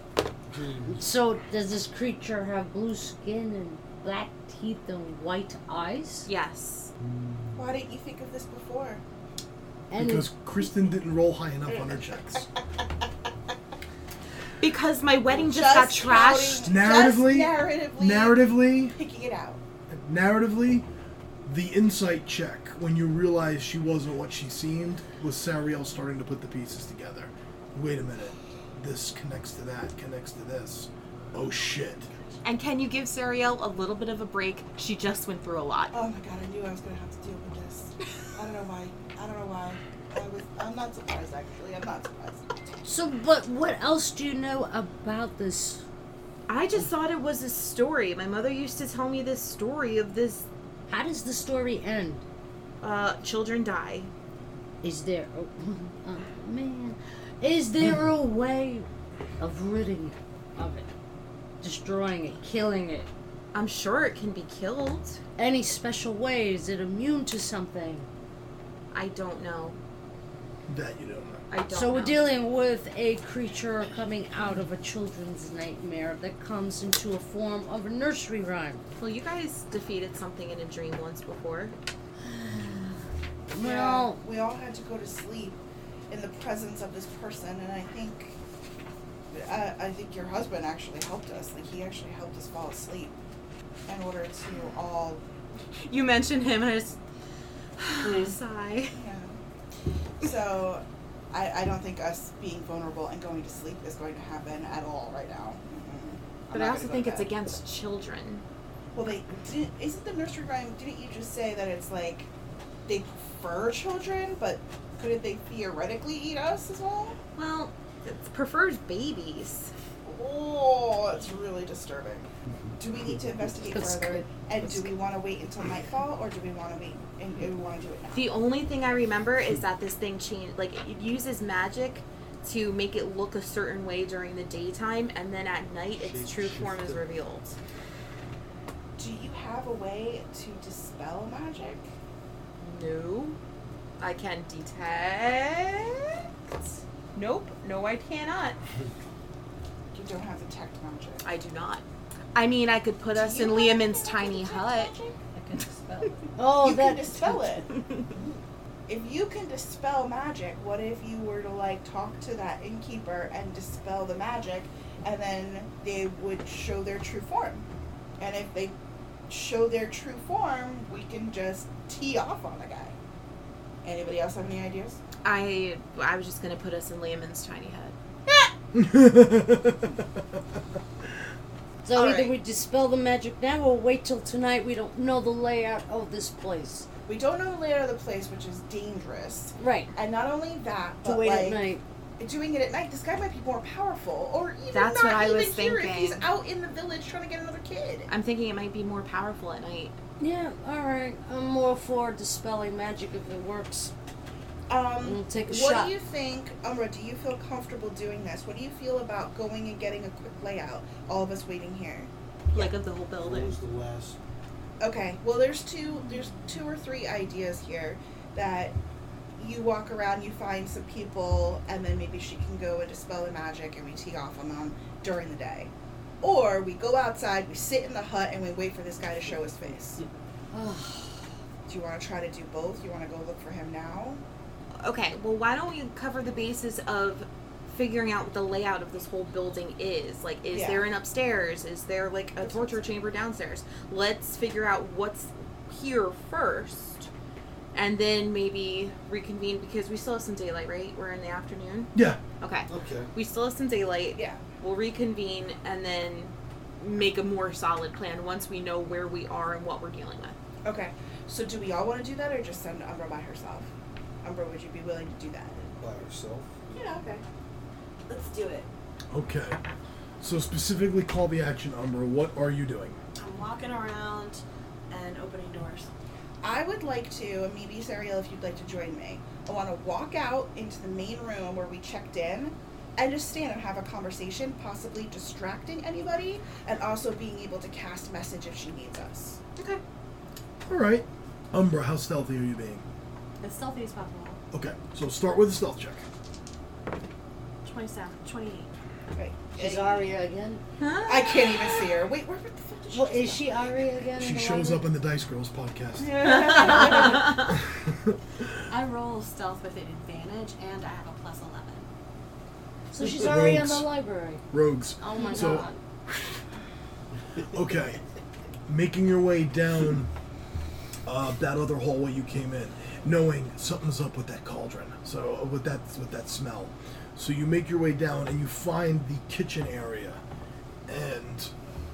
So does this creature have blue skin and black teeth and white eyes?
Yes.
Why didn't you think of this before?
And
because Kristen didn't roll high enough on her checks.
Because my wedding just,
Just
got trashed.
Narratively-
outing- just narratively,
Narratively,
picking it out.
narratively, the insight check when you realize she wasn't what she seemed was Sariel starting to put the pieces together. Wait a minute, this connects to that, connects to this. Oh shit!
And can you give Sariel a little bit of a break? She just went through a lot.
Oh my god, I knew I was gonna have to deal with this. I don't know why. I don't know why. I was. I'm not surprised actually. I'm not surprised.
so, but what else do you know about this?
I just thought it was a story. My mother used to tell me this story of this
How does the story end?
uh, children die.
Is there, oh, oh, man, is there a way of ridding of it, destroying it, killing it?
I'm sure it can be killed.
Any special way? Is it immune to something?
I don't know.
That you don't know.
I don't
so
know.
we're dealing with a creature coming out of a children's nightmare that comes into a form of a nursery rhyme.
Well, you guys defeated something in a dream once before.
Well,
we all had to go to sleep in the presence of this person, and I think. I, I think your husband actually helped us. Like he actually helped us fall asleep in order to all.
You mentioned him, and I just Hmm. sigh.
Yeah. So, I, I don't think us being vulnerable and going to sleep is going to happen at all right now. Mm-mm. I'm
But
not
I
gonna
also
go
think
to
it's
bed.
against children.
Well, they did, isn't the nursery rhyme? Didn't you just say that it's like they prefer children, but couldn't they theoretically eat us as well?
Well, it prefers babies.
Oh, that's really disturbing. Do we need to investigate
That's
further?
good.
And do we want to wait until nightfall, or do we want to wait and do we want to do it now?
The only thing I remember is that this thing changed, like it uses magic to make it look a certain way during the daytime, and then at night its true form is revealed.
Do you have a way to dispel magic?
No, I can detect. Nope, no, I cannot.
You don't have detect magic.
I do not. I mean, I could put
Do
us
you
in
have
Liamon's
detect
tiny hut.
magic?
I can spell it.
Oh,
you
that
can dispel it. if you can dispel magic, what if you were to like talk to that innkeeper and dispel the magic, and then they would show their true form? And if they show their true form, we can just tee off on the guy. Anybody else have any ideas?
I I was just gonna put us in Liamon's tiny hut.
So
All
either
right.
we dispel the magic now or wait till tonight. We don't know the layout of this place.
We don't know the layout of the place, which is dangerous.
Right.
And not only that,
To
but
wait
like
at night.
doing it at night, this guy might be more powerful, or even
That's
not
what I
even
was
here if he's
thinking.
out in the village trying to get another kid.
I'm thinking it might be more powerful at night.
Yeah, alright. I'm more for dispelling magic if it works.
Um,
We'll take a
What
shot.
do you think, Umra? Do you feel comfortable doing this? What do you feel about going and getting a quick layout? All of us waiting here.
Like of the whole
What
building.
was the last?
Okay. Well, there's two. There's two or three ideas here that you walk around, you find some people, and then maybe she can go and dispel the magic, and we tee off on them during the day. Or we go outside, we sit in the hut, and we wait for this guy to show his face. Do you want to try to do both? You want to go look for him now?
Okay, well, why don't we cover the basis of figuring out what the layout of this whole building is? Like, is
Yeah.
there an upstairs? Is there like a
That's
torture chamber downstairs? Let's figure out what's here first, and then maybe reconvene because we still have some daylight, right? We're in the afternoon.
yeah.
Okay,
Okay.
we still have some daylight.
Yeah.
We'll reconvene and then make a more solid plan once we know where we are and what we're dealing with.
Okay. So do we all want to do that or just send Umbra by herself? Umbra, would you be willing to do that?
By herself.
Yeah, okay.
Let's do it.
Okay. So specifically, call the action, Umbra. What are you doing?
I'm walking around and opening doors.
I would like to, and maybe Sariel, if you'd like to join me, I want to walk out into the main room where we checked in and just stand and have a conversation, possibly distracting anybody and also being able to cast message if she needs us.
Okay.
All right. Umbra, how stealthy are you being?
As stealthy as possible.
Okay. So start with a stealth check.
27, 28.
Right.
She's
Any-
Aria again.
I can't even see her. Wait, where, where the fuck did she
Well,
just
is she Aria again? in
She
the
shows
lineup?
up in the Dice Girls podcast.
I roll stealth with an advantage and I have a plus 11.
So she's already in the
Rogues.
library.
Rogues.
Oh my
So-
god.
Okay. Making your way down uh, that other hallway you came in, knowing something's up with that cauldron. So uh, with that with that smell. So you make your way down and you find the kitchen area, and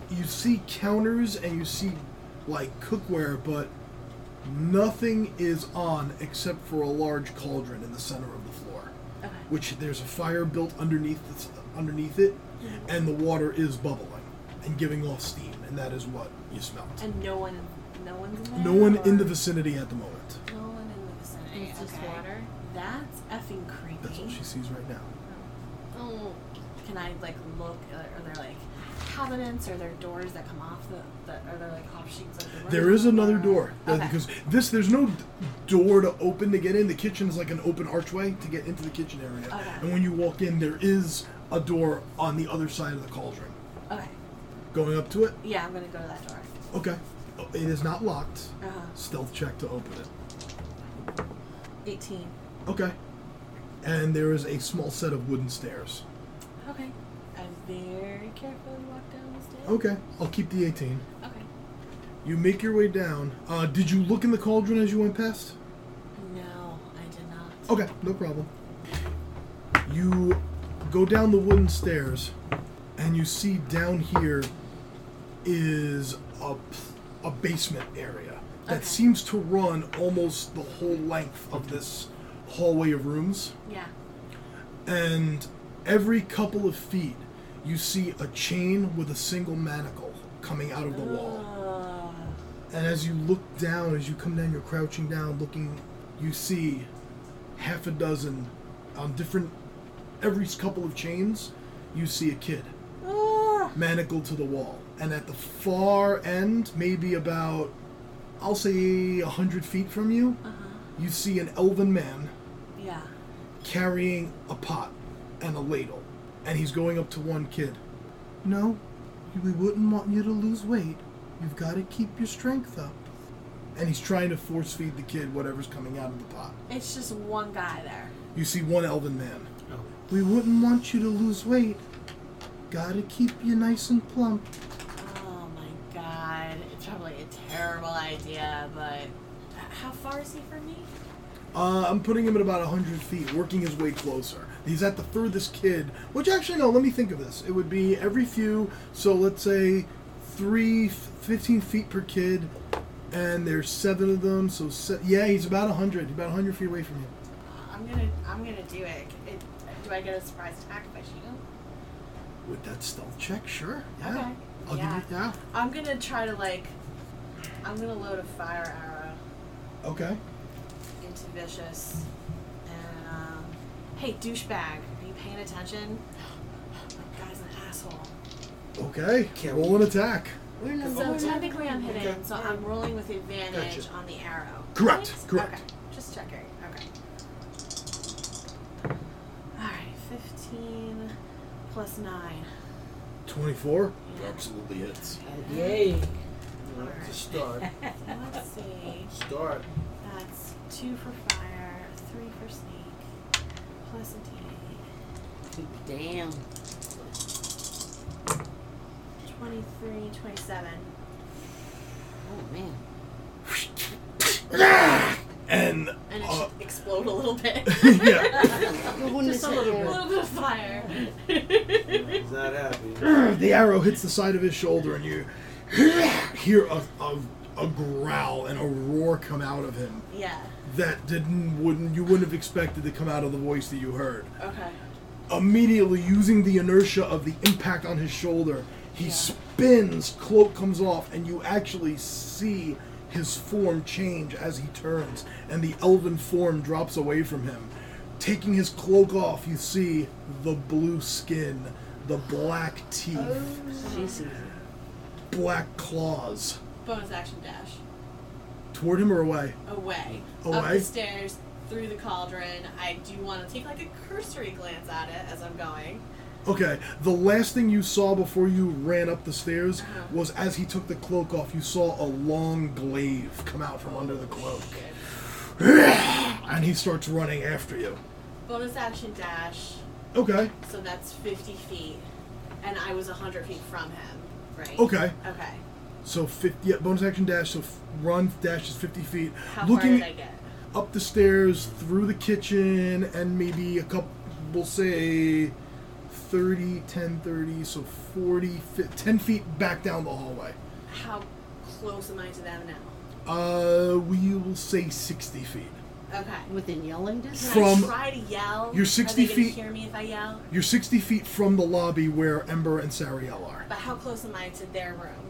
you see counters and you see like cookware, but nothing is on except for a large cauldron in the center of the floor.
Okay.
Which there's a fire built underneath this, underneath it, and the water is bubbling and giving off steam, and that is what you smelt.
And no one, no one's in there?
No one in the
or-
vicinity at the moment.
No one in the vicinity.
It's just
okay.
water.
That's effing creepy.
That's all she sees right now.
Oh,
Can I like look? uh, Are there like cabinets? Are there doors that come off the? That are there like offshoots of the room?
There is another
or-
door that-
Okay.
because this there's no d- door to open to get in. The kitchen is like an open archway to get into the kitchen area,
Okay.
and when you walk in, there is a door on the other side of the cauldron.
Okay.
Going up to it.
Yeah, I'm gonna go to that door.
Okay, Oh, it is not locked.
Uh-huh.
Stealth check to open it.
18.
Okay, and there is a small set of wooden stairs.
Okay. I very carefully walk down the stairs.
Okay, I'll keep the 18.
Okay.
You make your way down. Uh, did you look in the cauldron as you went past?
No, I did not.
Okay, no problem. You go down the wooden stairs and you see down here is a, p- a basement area that seems to run almost the whole length of this hallway of rooms.
Yeah.
And every couple of feet, you see a chain with a single manacle coming out of the wall. And as you look down, as you come down, you're crouching down, looking, you see half a dozen on different, every couple of chains, you see a kid manacled to the wall. And at the far end, maybe about, I'll say, a 100 feet from you,
Uh-huh.
you see an elven man
Yeah.
carrying a pot and a ladle, and he's going up to one kid. No, we wouldn't want you to lose weight. You've got to keep your strength up. And he's trying to force feed the kid whatever's coming out of the pot.
It's just one guy there.
You see one elven man.
Oh.
We wouldn't want you to lose weight. Gotta keep you nice and plump.
Oh my god. It's probably a terrible idea, but how far is he from me?
Uh, I'm putting him at about 100 feet, working his way closer. He's at the furthest kid, which actually, no, let me think of this. It would be every few, so let's say three, f- 15 feet per kid, and there's seven of them, so se- yeah, he's about 100, about 100 feet away from you.
Uh, I'm gonna I'm gonna do it. it. Do I get a surprise attack if I shoot him?
With that stealth check, sure. Yeah.
Okay.
I'll
yeah.
give you, yeah.
I'm gonna try to like I'm gonna load a fire arrow
Okay.
into Vicious and um Hey douchebag, are you paying attention? That guy's an asshole.
Okay.
Can't
Roll an attack.
We're not
So
we're not-
technically I'm hitting,
Okay.
so I'm rolling with advantage
Gotcha.
on the arrow.
Correct,
Right?
correct.
Okay. Just checking. Okay. Alright, fifteen plus nine.
24.
Absolutely hits.
Yay.
That's a start.
Let's see.
Start.
That's two for fire, three for snake, plus a D8.
Damn.
23, 27.
Oh man.
And,
And it
uh,
should explode a little bit.
yeah,
You wouldn't
Just a
have
little
said
bit.
that.
A little bit of fire.
He's not happy.
the arrow hits the side of his shoulder, and you hear a, a, a growl and a roar come out of him.
yeah.
that didn't wouldn't you wouldn't have expected to come out of the voice that you heard.
Okay.
Immediately using the inertia of the impact on his shoulder, he spins, cloak comes off, and you actually see his form change as he turns, and the elven form drops away from him. Taking his cloak off, you see the blue skin, the black teeth,
She sees it.
black claws.
Bonus action dash.
Toward him or away?
Away. Up
Away?
the stairs, through the cauldron. I do want to take like a cursory glance at it as I'm going.
Okay, the last thing you saw before you ran up the stairs
Uh-huh.
was as he took the cloak off, you saw a long glaive come out from under the cloak. and he starts running after you.
Bonus action dash.
Okay,
So that's 50 feet. And I was 100 feet from him, right?
okay.
Okay.
So, 50, yeah, bonus action dash, so f- run dash is 50 feet.
How
Looking
far did I get?
up the stairs, through the kitchen, and maybe a couple, we'll say 30, 10, 30, so 40, fi 10 feet back down the hallway.
How close am I to them now?
Uh, we will say 60 feet.
Okay.
Within yelling
Can
distance.
From-
I try to yell?
You're 60
Are they gonna
feet-
hear me if I yell?
You're 60 feet from the lobby where Ember and Sariel are.
But how close am I to their room?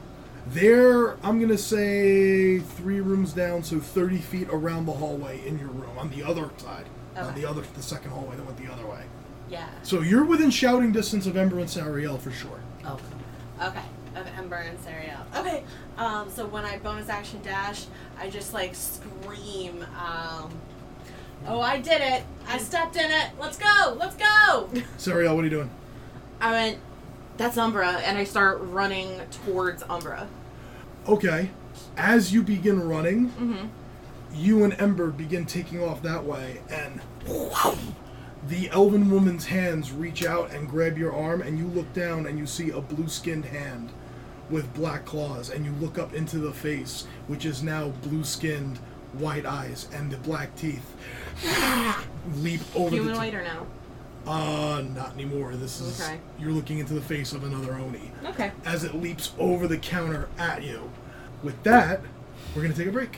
They're, I'm going to say, three rooms down, so 30 feet around the hallway in your room on the other side. On
Okay.
the other, the second hallway that went the other way.
Yeah.
So you're within shouting distance of Ember and Sariel for sure.
Oh,
Okay. Of Ember and Sariel. Okay. Um, so when I bonus action dash, I just like scream. Um, oh, I did it! I stepped in it. Let's go! Let's go!
Sariel, what are you doing?
I went, that's Umbra, and I start running towards Umbra.
Okay. As you begin running,
Mm-hmm.
you and Ember begin taking off that way, and the elven woman's hands reach out and grab your arm, and you look down and you see a blue skinned hand with black claws, and you look up into the face, which is now blue skinned, white eyes, and the black teeth leap over the.
Humanoid or no?
Uh, not anymore. This is
Okay.
you're looking into the face of another Oni
Okay.
as it leaps over the counter at you. With that, we're gonna take a break.